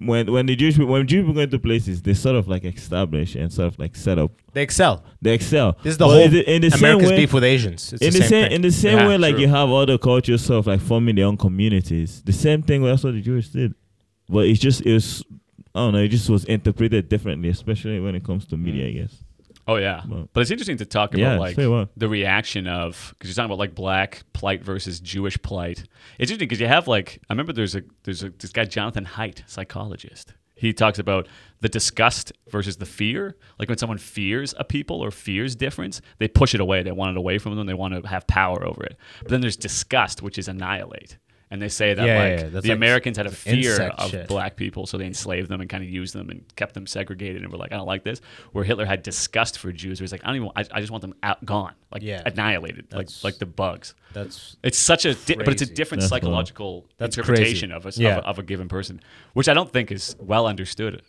when when the Jewish people, when Jewish people go into places, they sort of like establish and sort of like set up. they excel? They excel. This is the But whole in the- in the same America's way- beef with Asians. It's in the, the same, thing. in the same Yeah, way, like true. you have other cultures sort of like forming their own communities. The same thing that's what the Jewish did, but it's just it was I don't know. It just was interpreted differently, especially when it comes to media. I guess. Oh yeah, Well- but it's interesting to talk about Yeah, like say what. the reaction of because you're talking about like black plight versus Jewish plight. It's interesting because you have like I remember there's a there's a, this guy Jonathan Haidt, psychologist. He talks about the disgust versus the fear. Like when someone fears a people or fears difference, they push it away. They want it away from them. They want to have power over it. But then there's disgust, which is annihilate. And they say that Yeah, yeah, like yeah. the That's like Americans had a fear insect of shit. black black people, so they enslaved them and kind of used them and kept them segregated. And were like, I don't like this. Where Hitler had disgust for Jews, where he's like, I don't even. I, I just want them out, gone, like Yeah. annihilated, like That's- like the bugs. That's It's such a, di- but it's a crazy. different That's wild. psychological That's interpretation crazy. of a, Yeah. of, a, of a given person, which I don't think is well understood.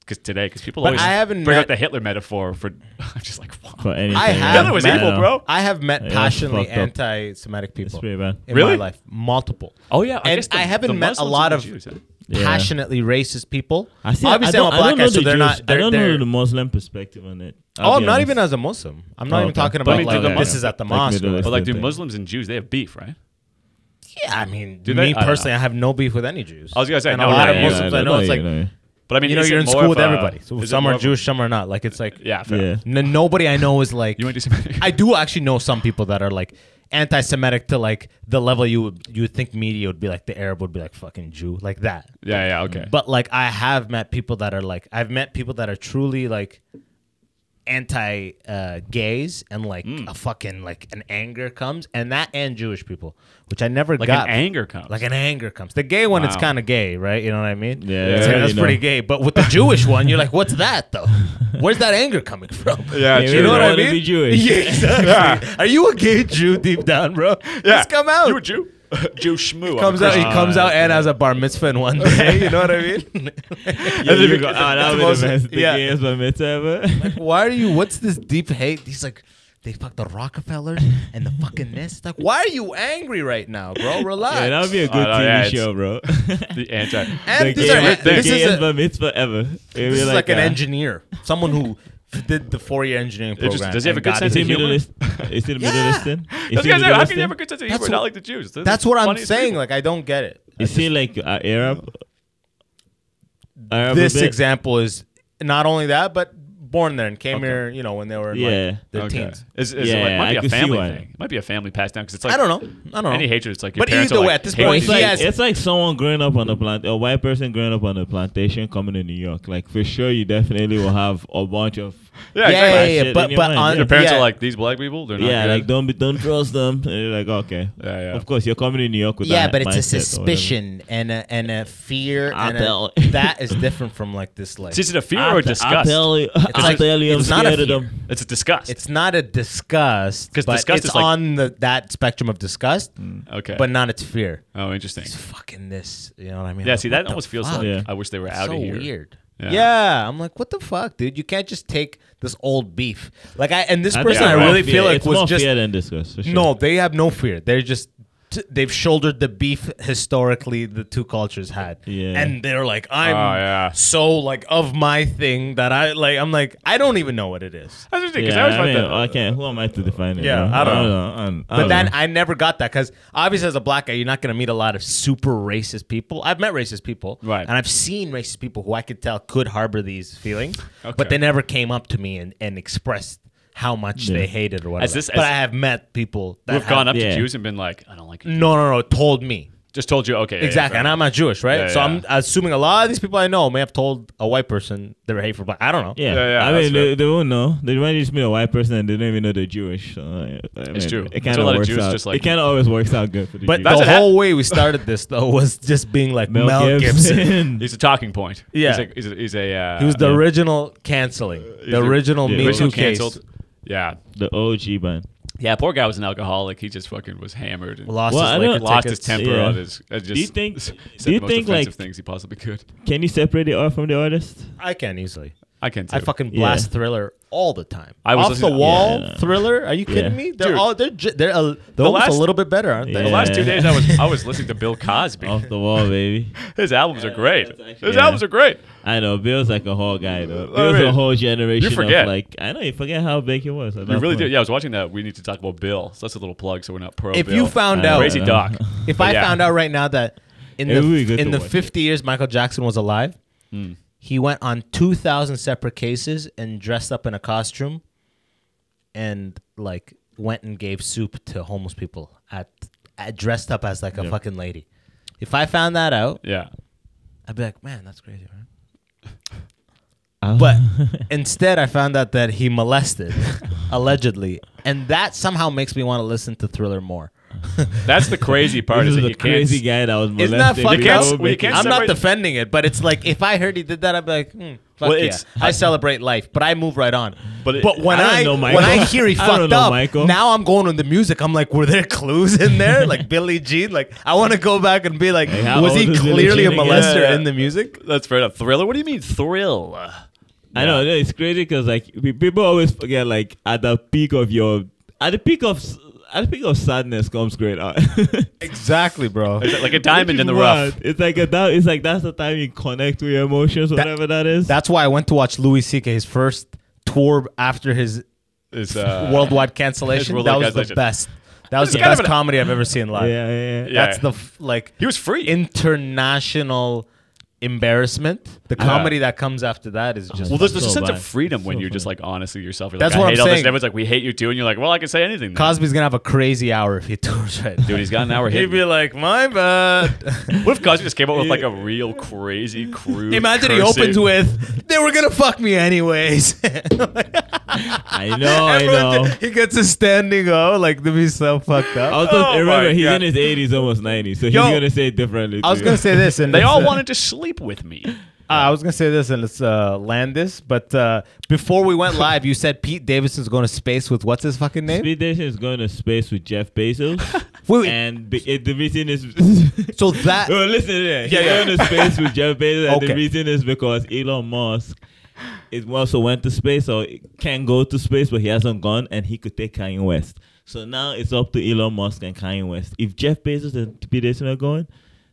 Because today, because people But always I haven't bring met- up the Hitler metaphor for, *laughs* I'm just like, wow. For anything, I yeah. have Hitler was Yeah. evil, bro. I have met Yeah, that's passionately fucked up. anti-Semitic people It's pretty bad. in Really? my life, multiple. Oh yeah, I and guess the- I the haven't met a Muslims lot and of the Jews, yeah. Yeah. passionately racist people. I see. Obviously, I don't, am a black I don't know guy, so the they're Jews. not. They're, I don't they're- know the Muslim perspective on it. I'll oh, I'm be not honest. even as a Muslim. I'm not Oh, even okay. talking But I about mean, do like the this Muslim- is at the like mosque. Middle or- East. But like, do Thing. Muslims and Jews they have beef, right? yeah, I mean, Do they? I me don't personally, know. I have no beef with any Jews. I was gonna say, and no, a lot not of you, Muslims yeah, I know. It's like *laughs* yeah. But I mean, you know, is it you're in more school of with a- everybody. So is it some more are of a- Jewish, some are not. Like it's like *laughs* Yeah, fair. Yeah. N- nobody I know is like. You went to seminary. I do actually know some people that are like anti-Semitic to like the level you would you would think media would be like the Arab would be like fucking Jew like that. Yeah, yeah, okay. But like I have met people that are like I've met people that are truly like anti uh, gays and like Hmm. a fucking like an anger comes and that and Jewish people which I never like got an anger comes. like an anger comes the gay one it's Wow. kind of gay right you know what I mean Yeah, It's yeah, like, that's you know. pretty gay but *laughs* with the Jewish one you're like what's that though where's that anger coming from *laughs* yeah, Yeah, true. we you know don't what I wanna mean? be Jewish. *laughs* Yeah, exactly. Are you a gay Jew deep down, bro? Just come out. You a Jew? Jew Shmoo. I'm a comes out. He Christian. comes out and has a bar mitzvah in one *laughs* day. You know what I mean? *laughs* Yeah, you go, oh, that It's would be most- the best. The yeah. gayest moment ever. Why are you? What's this deep hate? He's like, they fuck the Rockefellers and the fucking this. Like, why are you angry right now, bro? Relax. Yeah, that would be a good Oh, no, TV yeah, it's- show, bro. *laughs* The anti. and the these are, gayest, the this is gayest a, bar mitzvah ever. It'd be this is like an uh, engineer, someone who did the four-year engineering just- program. does he have and a good got sense Is of into he humor? Middle East? Is he the Middle Yeah. Eastern? Is Those he guys, how Middle can you have a Eastern? good sense of That's humor not what- like the Jews? They're the That's what I'm funniest saying. people. Like, I don't get it. Is he like uh, Arab? Arab a this bit? example is not only that, but born there and came Okay. here, you know, when they were in Yeah. like their Okay. teens. Is, is Yeah, it like, might I be a can see family why. thing. It might be a family passed down because it's like I don't know. I don't know. Any hatred, it's like your But parents either are way, like, at this hate point, the It's he Jews. like, has- it's like someone growing up on a plant, a white person growing up on a plantation coming to New York. Like for sure, you definitely will have a bunch of Yeah, yeah, yeah, exactly. yeah, Shit But in your but mind, on, yeah. Your parents yeah. are like these black people. They're not. yeah, good. like don't be, don't trust them. And you're like, okay, Yeah, yeah. of course, you're coming to New York with yeah, that but it's a mindset or suspicion and a and a fear I'll and *laughs* tell. a, that is different from like this like It's just a fear whatever. or I disgust. tell you, I like- tell you, I'm it's not a scared of fear. them. It's a disgust. it's not a disgust 'Cause but disgust it's is like- Mm. on the that spectrum of disgust, okay. but not its fear. oh, interesting. It's fucking this, you know what I mean? Yeah, Like, see, what that the almost feels fuck? like Yeah. I wish they were It's out so of here. weird. Yeah. I'm like, what the fuck, dude? You can't just take this old beef. Like I and this I think person, it's I more really fear- feel like it's was more just fear than disgust. For sure. no. They have no fear. They're just t- they've shouldered the beef historically the two cultures had. Yeah. And they're like, I'm Oh, yeah. so like of my thing that I like. I'm like, I don't even know what it is. That's interesting because Yeah, I was I, about mean, to. I can't. Who am I to define it? Yeah, you know? I don't know. I don't know. I But don't then know. I never got that because obviously, as a black guy, you're not going to meet a lot of super racist people. I've met racist people, Right. And I've seen racist people who I could tell could harbor these feelings, Okay. but they never came up to me and, and expressed how much they hated or whatever. this- but as- I have met people that We've gone have- up to yeah. Jews and been like, I don't like you. No, no, no. Told me Just told you, okay. yeah, exactly, fair and I'm not Jewish, right? Yeah, so I'm yeah. assuming a lot of these people I know may have told a white person they were hateful black. I don't know. Yeah. Yeah, yeah, I that's mean, fair. they, they won't know. They might just meet a white person and they don't even know they're Jewish. So, I- I mean, true. It There's kind a of lot of works Jews out. just like- it kind of always works out good for the But Jews. That's the what hap- whole way we started this though *laughs* was just being like Mel, Gibson. *laughs* He's a talking point. Yeah. He's a, he's a, he's a uh, He was the original canceling, the a- original yeah, Me original Too case. canceled. Yeah. the OG man. Yeah, poor guy was an alcoholic. He just fucking was hammered. And Lost Well, I his liquor don't- lost his tickets. temper yeah. on his. uh, just Do you think- said do you the most think, offensive like- things he possibly could? Can you separate the art from the artist? I can easily. I can't. I too. fucking Yeah. blast Thriller all the time. I was Off the listening- wall Yeah. Thriller. Are you kidding Yeah. me? They're Dude. all they're ju- they're, a, they're almost last- a little bit better, aren't they? The Yeah. last two days, I was I *laughs* was listening to Bill Cosby. Oh. Off the wall, baby. His albums are great. that's actually- His yeah. albums are great. I know Bill's like a whole guy though. Bill's mean, a whole generation you forget. of like I know you forget how big he was. You really did. Yeah, I was watching that. We need to talk about Bill. So that's a little plug. So we're not pro. If Bill. you found I out, *laughs* Crazy Doc. if But I yeah. found out right now that in It Hmm. would be the good in to the watch 50 years Michael Jackson was alive, he went on 2,000 separate cases and dressed up in a costume, and like went and gave soup to homeless people at, at dressed up as like a fucking lady. If I found that out, yeah, I'd be like, man, that's crazy, *laughs* right? Ah. But instead, I found out that he molested, *laughs* allegedly, and that somehow makes me want to listen to Thriller more. that's the crazy part. This is is that a you can't crazy guy that was Isn't molested. that people. fucked up? we can't I'm not separate- defending it, but it's like if I heard he did that, I'd be like, hmm, fuck Well, yeah. it's- I celebrate life, but I move right on. But it- but when I don't I, know, Michael. when I hear he *laughs* I don't fucked know, up, Michael. now I'm going on the music. I'm like, were there clues in there, *laughs* like Billy Jean? Like I want to go back and be like, how was old he is Billie clearly a Jean again? molester Yeah, yeah. in the music? That's fair enough. Thriller. What do you mean thrill? I know it's crazy because like pe- people always forget like at the peak of your at the peak of s- at the peak of sadness comes great art. Exactly, bro. Is it like a diamond in the Which is rough. wild. It's like a that, it's like that's the time you connect with your emotions, whatever that is. That's why I went to watch Louis C.K. his first tour after his Is *laughs* uh, *laughs* worldwide cancellation. his That worldwide was the cancellation. best. That was It's the kind of best an- comedy I've ever seen yeah, live. yeah, yeah. Yeah. That's the f- like He was free. international embarrassment. The comedy that comes after that is just. well, there's, there's a so sense of bad. freedom when So you're just funny. like honestly yourself. You're That's like, what I hate I'm all this. saying. And everyone's like, we hate you too, and you're like, well, I can say anything. now. Cosby's gonna have a crazy hour if he tours right. Dude, he's got an *laughs* hour He'd hit. be *laughs* like, my bad. What if Cosby just came up with *laughs* like a real crazy crude? Imagine he cursive- opens with, "They were gonna fuck me anyways." *laughs* I know, I Everyone- know. He gets a standing O, like to be so fucked up. Also, Oh my remember he's God. in his 80s, almost 90s, so he's Yo, gonna say it differently. I was too. gonna say this, and They it's, all uh, wanted to sleep *laughs* with me. Uh, I was gonna say this, and it's uh, Landis. But uh, before we went live, you said Pete Davidson's going to space with what's his fucking name? Speed Nation is going to space with Jeff Bezos, *laughs* Wait, wait. and be, it- the reason is So *laughs* that Oh, listen to that. He's yeah. going to space with Jeff Bezos, and Okay. the reason is because Elon Musk is also went to space or can go to space, but he hasn't gone, and he could take Kanye West. So now it's up to Elon Musk and Kanye West. If Jeff Bezos and Pete Davidson are going,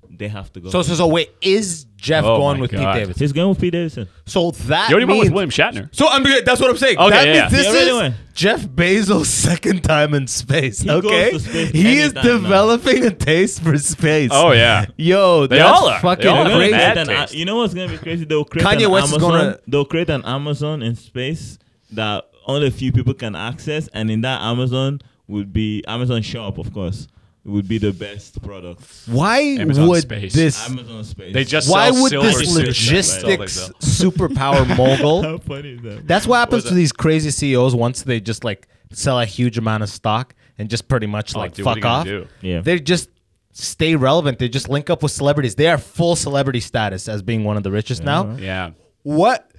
they have to go. So, so, so wait, is Jeff Oh going my with God. Pete Davidson? he's going with Pete Davidson. So that You already went means, with William Shatner. So I'm that's what I'm saying. Okay, that yeah, means yeah. this Yeah, is anyway. Jeff Bezos' second time in space. He goes okay, to space he is anytime now. developing a taste for space. Oh yeah. yo, They that's all are. They fucking all are. They're gonna crazy. Bad create an- taste. you know what's gonna be crazy? They'll create Kanye an West is Amazon. gonna- They'll create an Amazon in space that only a few people can access, and in that Amazon would be Amazon shop, of course, would be the best product. Why Amazon would space. this? Amazon space. They just Why sell would silver this suits. logistics superpower *laughs* mogul *laughs* How funny is that? That's what happens to that? these crazy CEOs once they just like sell a huge amount of stock and just pretty much like Oh, dude, what are fuck you gonna off. do? Yeah. They just stay relevant. They just link up with celebrities. They are full celebrity status as being one of the richest now. Yeah. What?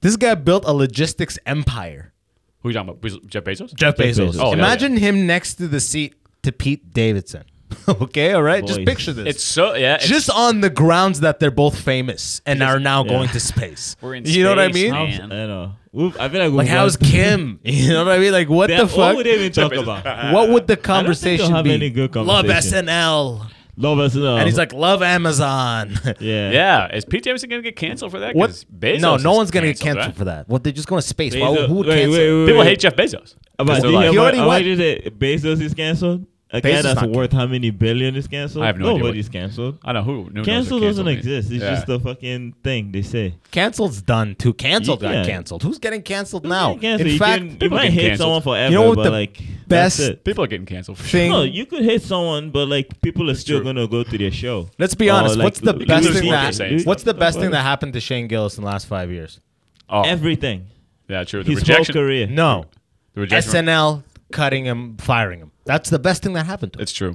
This guy built a logistics empire. Who you talking about? Jeff Bezos? Jeff Bezos. Bezos. Oh, yeah, Imagine him next to the seat to Pete Davidson. *laughs* okay, all right. Just Boy. picture this. It's so yeah. It's, just on the grounds that they're both famous and Because- are now yeah. going to space. We're in you know what I mean? space, man. I don't know. We've- I feel like Like we've *laughs* how's gone- *laughs* Kim? *laughs* You know what I mean? Like what That- the What fuck? would they even talk about? what would the Uh, I don't think they'll conversation have be? Uh-huh. any good love conversation. SNL, Love us. uh, and he's like, love Amazon. *laughs* yeah, yeah. Is Pete Davidson gonna get canceled for that? What? 'Cause Bezos no, is no one's gonna get canceled right? for that. What? They're just going to space. Why, Bezos- who would wait, cancel? wait, wait, People wait. hate Jeff Bezos. About do Because they're you like- hear He about- already oh, went. did it- Bezos is canceled. A guy Bezos that's not worth how many billion is canceled? I have no idea what- Nobody's canceled. I don't know who. who knows Cancel what doesn't canceled means. exist. It's Yeah. just a fucking thing they say. Canceled's done too. Canceled Yeah. got canceled. Who's getting canceled now? Yeah, cancel. In you fact, can, you people might get hate canceled. someone forever, You know what but the like best- that's it. people are getting canceled for thing. sure. No, you could hate someone, but like people are still true. gonna go to their show. let's be Or, honest. Oh, like, what's the Louis best Louis thing Vuitton that? saying stuff What's the like best thing that happened to Shane Gillis in the last five years? Oh, Everything. yeah, true. The His rejection. whole career. No, The rejection. SNL cutting him, firing him. That's the best thing that happened to him. It's true.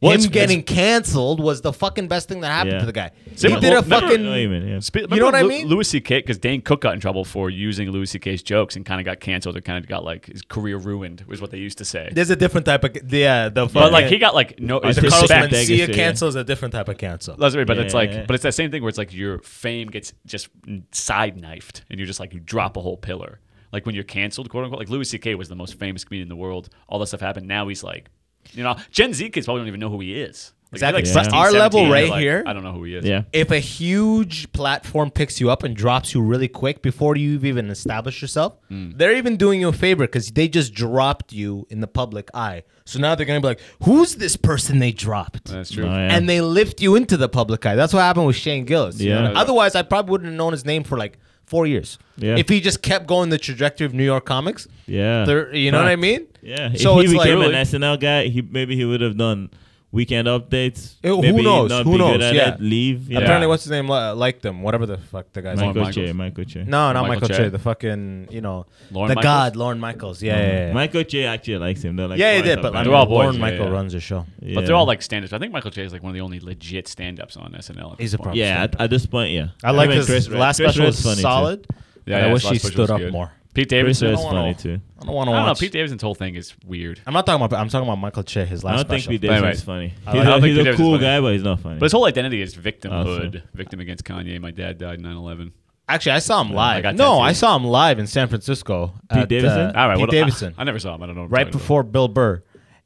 Him It's- getting canceled was the fucking best thing that happened Yeah. to the guy. Similar- he did a well, remember- fucking. No, even, yeah. Spe- know what I Lu- mean? Louis C.K. because Dane Cook got in trouble for using Louis C.K.'s jokes and kind of got canceled or kind of got like his career ruined was what they used to say. There's a different type of yeah. The fucking, But like he got like no his the Artistic Carlos respect. legacy, Mencia yeah. cancel is a different type of cancel. That's right, but it's like, Yeah. but it's that same thing where it's like your fame gets just side knifed, and you're just like you drop a whole pillar. Like when you're canceled, quote unquote. Like Louis C.K. was the most famous comedian in the world. All that stuff happened. Now he's like, you know, Gen Z kids probably don't even know who he is. Like, they're, Exactly. Like But 16, our level 17, they're right like, here- I don't know who he is. Yeah. if a huge platform picks you up and drops you really quick before you've even established yourself, Mm. they're even doing you a favor because they just dropped you in the public eye. So now they're gonna be like, "Who's this person they dropped?" that's true. Oh, yeah. And they lift you into the public eye. That's what happened with Shane Gillis. you Yeah. know? Otherwise, I probably wouldn't have known his name for like four years. Yeah. If he just kept going the trajectory of New York comics. Yeah. thir- you know what I Facts. mean? Yeah. So if it's he like became an SNL guy, he maybe he would have done weekend updates. Eh, who maybe he'd knows? not Who be good knows? at Yeah. it, leave. you know? apparently what's his name li- liked them. Whatever the fuck the guy's name. Michael Lauren Che. Michaels. Michael Che. No, not Michael Michael, Che. Che. The fucking you know Lauren the Michaels? Mm-hmm. god Lauren Michaels. Yeah, yeah, yeah. Michael Che actually likes him. They're like, yeah, he "Why did. not But bad?" like, They're all boys, Lauren yeah, Michael yeah. runs the show. But Yeah. they're all like stand-ups. I think Michael Che is like one of the only legit stand-ups on SNL. at He's this a point. problem. Yeah, at, at this point, yeah. I like Even his Chris Rock- last Chris special Rock's was funny too. solid. Yeah, but yeah, I his wish last she special stood was up good. more. Pete Chris Davidson. Rock's I don't funny wanna- too. I don't want to don't know. watch. Pete Davidson's whole thing is weird. I'm not talking about. I'm talking about Michael Che. His I last don't think special. Pete Davidson's funny. He's don't a, think he's Pete a Davidson's cool funny. guy, but he's not funny. But his whole identity is victimhood, Awesome. victim against Kanye. My dad died 9/11. Actually, I saw him live. got no, tattooed. I saw him live in San Francisco. at, Davidson? Uh, All right, Pete what- I- Davidson. I, never saw him. I don't know. what *laughs* I'm right talking about. before Bill Burr,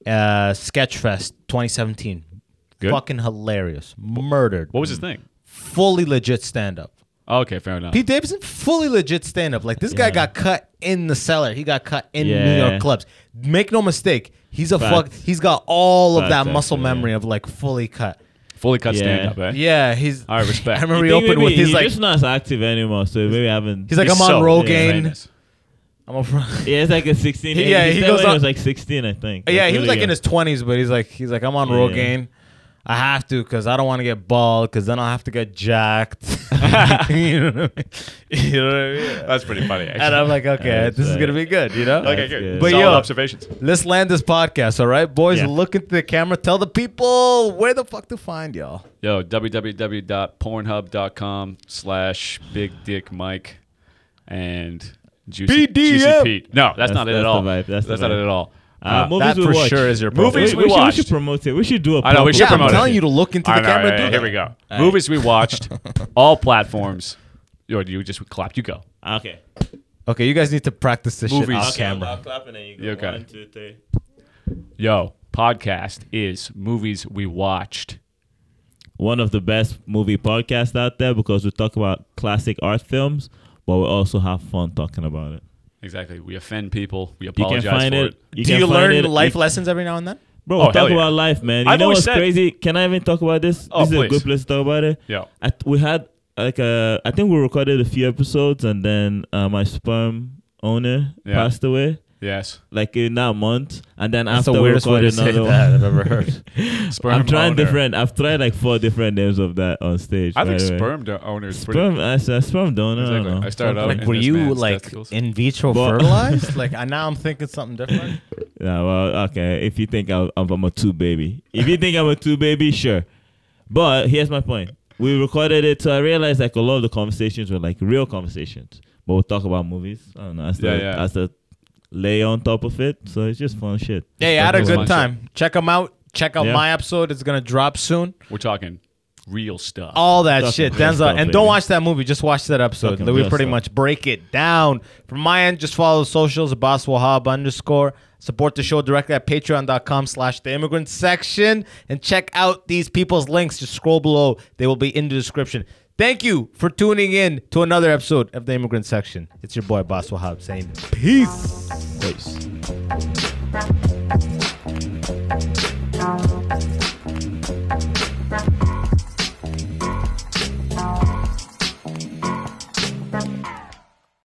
uh, Sketchfest 2017. Good? Fucking hilarious. Murdered. What was his thing? Fully legit stand up. Oh, okay, fair enough. Pete Davidson, fully legit stand up. Like this guy Yeah. got cut in the cellar. He got cut in New Yeah. York clubs. Make no mistake, he's a fuck. Facts. He's got all of Facts, that muscle actually, memory yeah. of like fully cut. Fully cut Yeah. stand up, eh? Yeah, he's. All right, *laughs* respect. I remember You he think opened maybe with his he's like. just not as active anymore, so maybe I haven't. he's like He's I'm on so Rogaine. famous. *laughs* I'm a. *laughs* Fr- *laughs* yeah, it's like a 16. Yeah, he said goes when on- was like 16, I think. Yeah, he That's was really like in young. his twenties, but he's like he's like I'm on Yeah. Rogaine. I have to because I don't want to get bald because then I'll have to get *laughs* jacked. *laughs* you know what I mean? *laughs* You know what I mean? That's pretty funny. *laughs* Actually. And I'm like, okay, That's this is right. gonna be good, you know? okay, That's good. good. But Solid yo- observations. Let's land this podcast, all right, boys. Yeah. Look into the camera. Tell the people where the fuck to find y'all. Yo, www.pornhub.com slash big dick Mike and juicy, BDM. juicy Pete. No, that's, That's- not it that's at the all. vibe, that's the not it vibe. at all. Uh, Uh, movies that we for watch. sure is your Movies we, we we should, we watched. should promote it. We should do a. I know, proper we should Yeah, I'm promote it. telling you to look into All the right, all camera. right, do here that. we go. *laughs* Movies we watched, all platforms. Yo, you just clapped. You go. Okay. Okay, you guys need to practice this shit Movies. off Okay, camera. You okay? One, One, two, three. Yo, podcast is movies we watched. One of the best movie podcasts out there because we talk about classic art films, but we also have fun talking about it. Exactly. We offend people. We You can apologize find for it. it. You Do can you find learn it. life You- lessons every now and then? Bro, Oh, hell talk yeah. about life, man. You I've know always what's said- crazy? Can I even talk about this? Oh, this is please. a good place to talk about it. Yeah. I th- we had like a, I think we recorded a few episodes, and then uh, my sperm owner Yeah. passed away, Yes. like in that month, and then That's after the we weirdest way to recorded say another that one. I've ever *laughs* heard. *laughs* Sperm I'm trying owner. different. I've tried like four different names of that on stage. I by think the way. sperm do- owner is pretty. Sperm, I said sperm donor. I, don't Exactly. know. I started out Something- in Were this you man's like testicles. in vitro Well- fertilized? like I now I'm thinking something different. Yeah, well, okay. If you think I'm, I'm I'm a two baby, if you think I'm a two baby, sure. But here's my point: we recorded it, so I realized like a lot of the conversations were like real conversations, but we'll talk about movies. I don't know. I started, yeah. I started lay on top of it, so it's just fun shit. Yeah, you had a That's good my time. Check them out. Check out Yeah. my episode. It's gonna drop soon. We're talking real stuff. All that Stuff, shit, real Denzel, stuff, and don't baby. watch that movie. Just watch that episode. Fucking we real pretty stuff. much break it down. From my end, just follow the socials, Abbas Wahab underscore. Support the show directly at patreon.com slash the immigrant section. And check out these people's links. Just scroll below. They will be in the description. Thank you for tuning in to another episode of the immigrant section. It's your boy, Abbas Wahab, saying peace. Peace.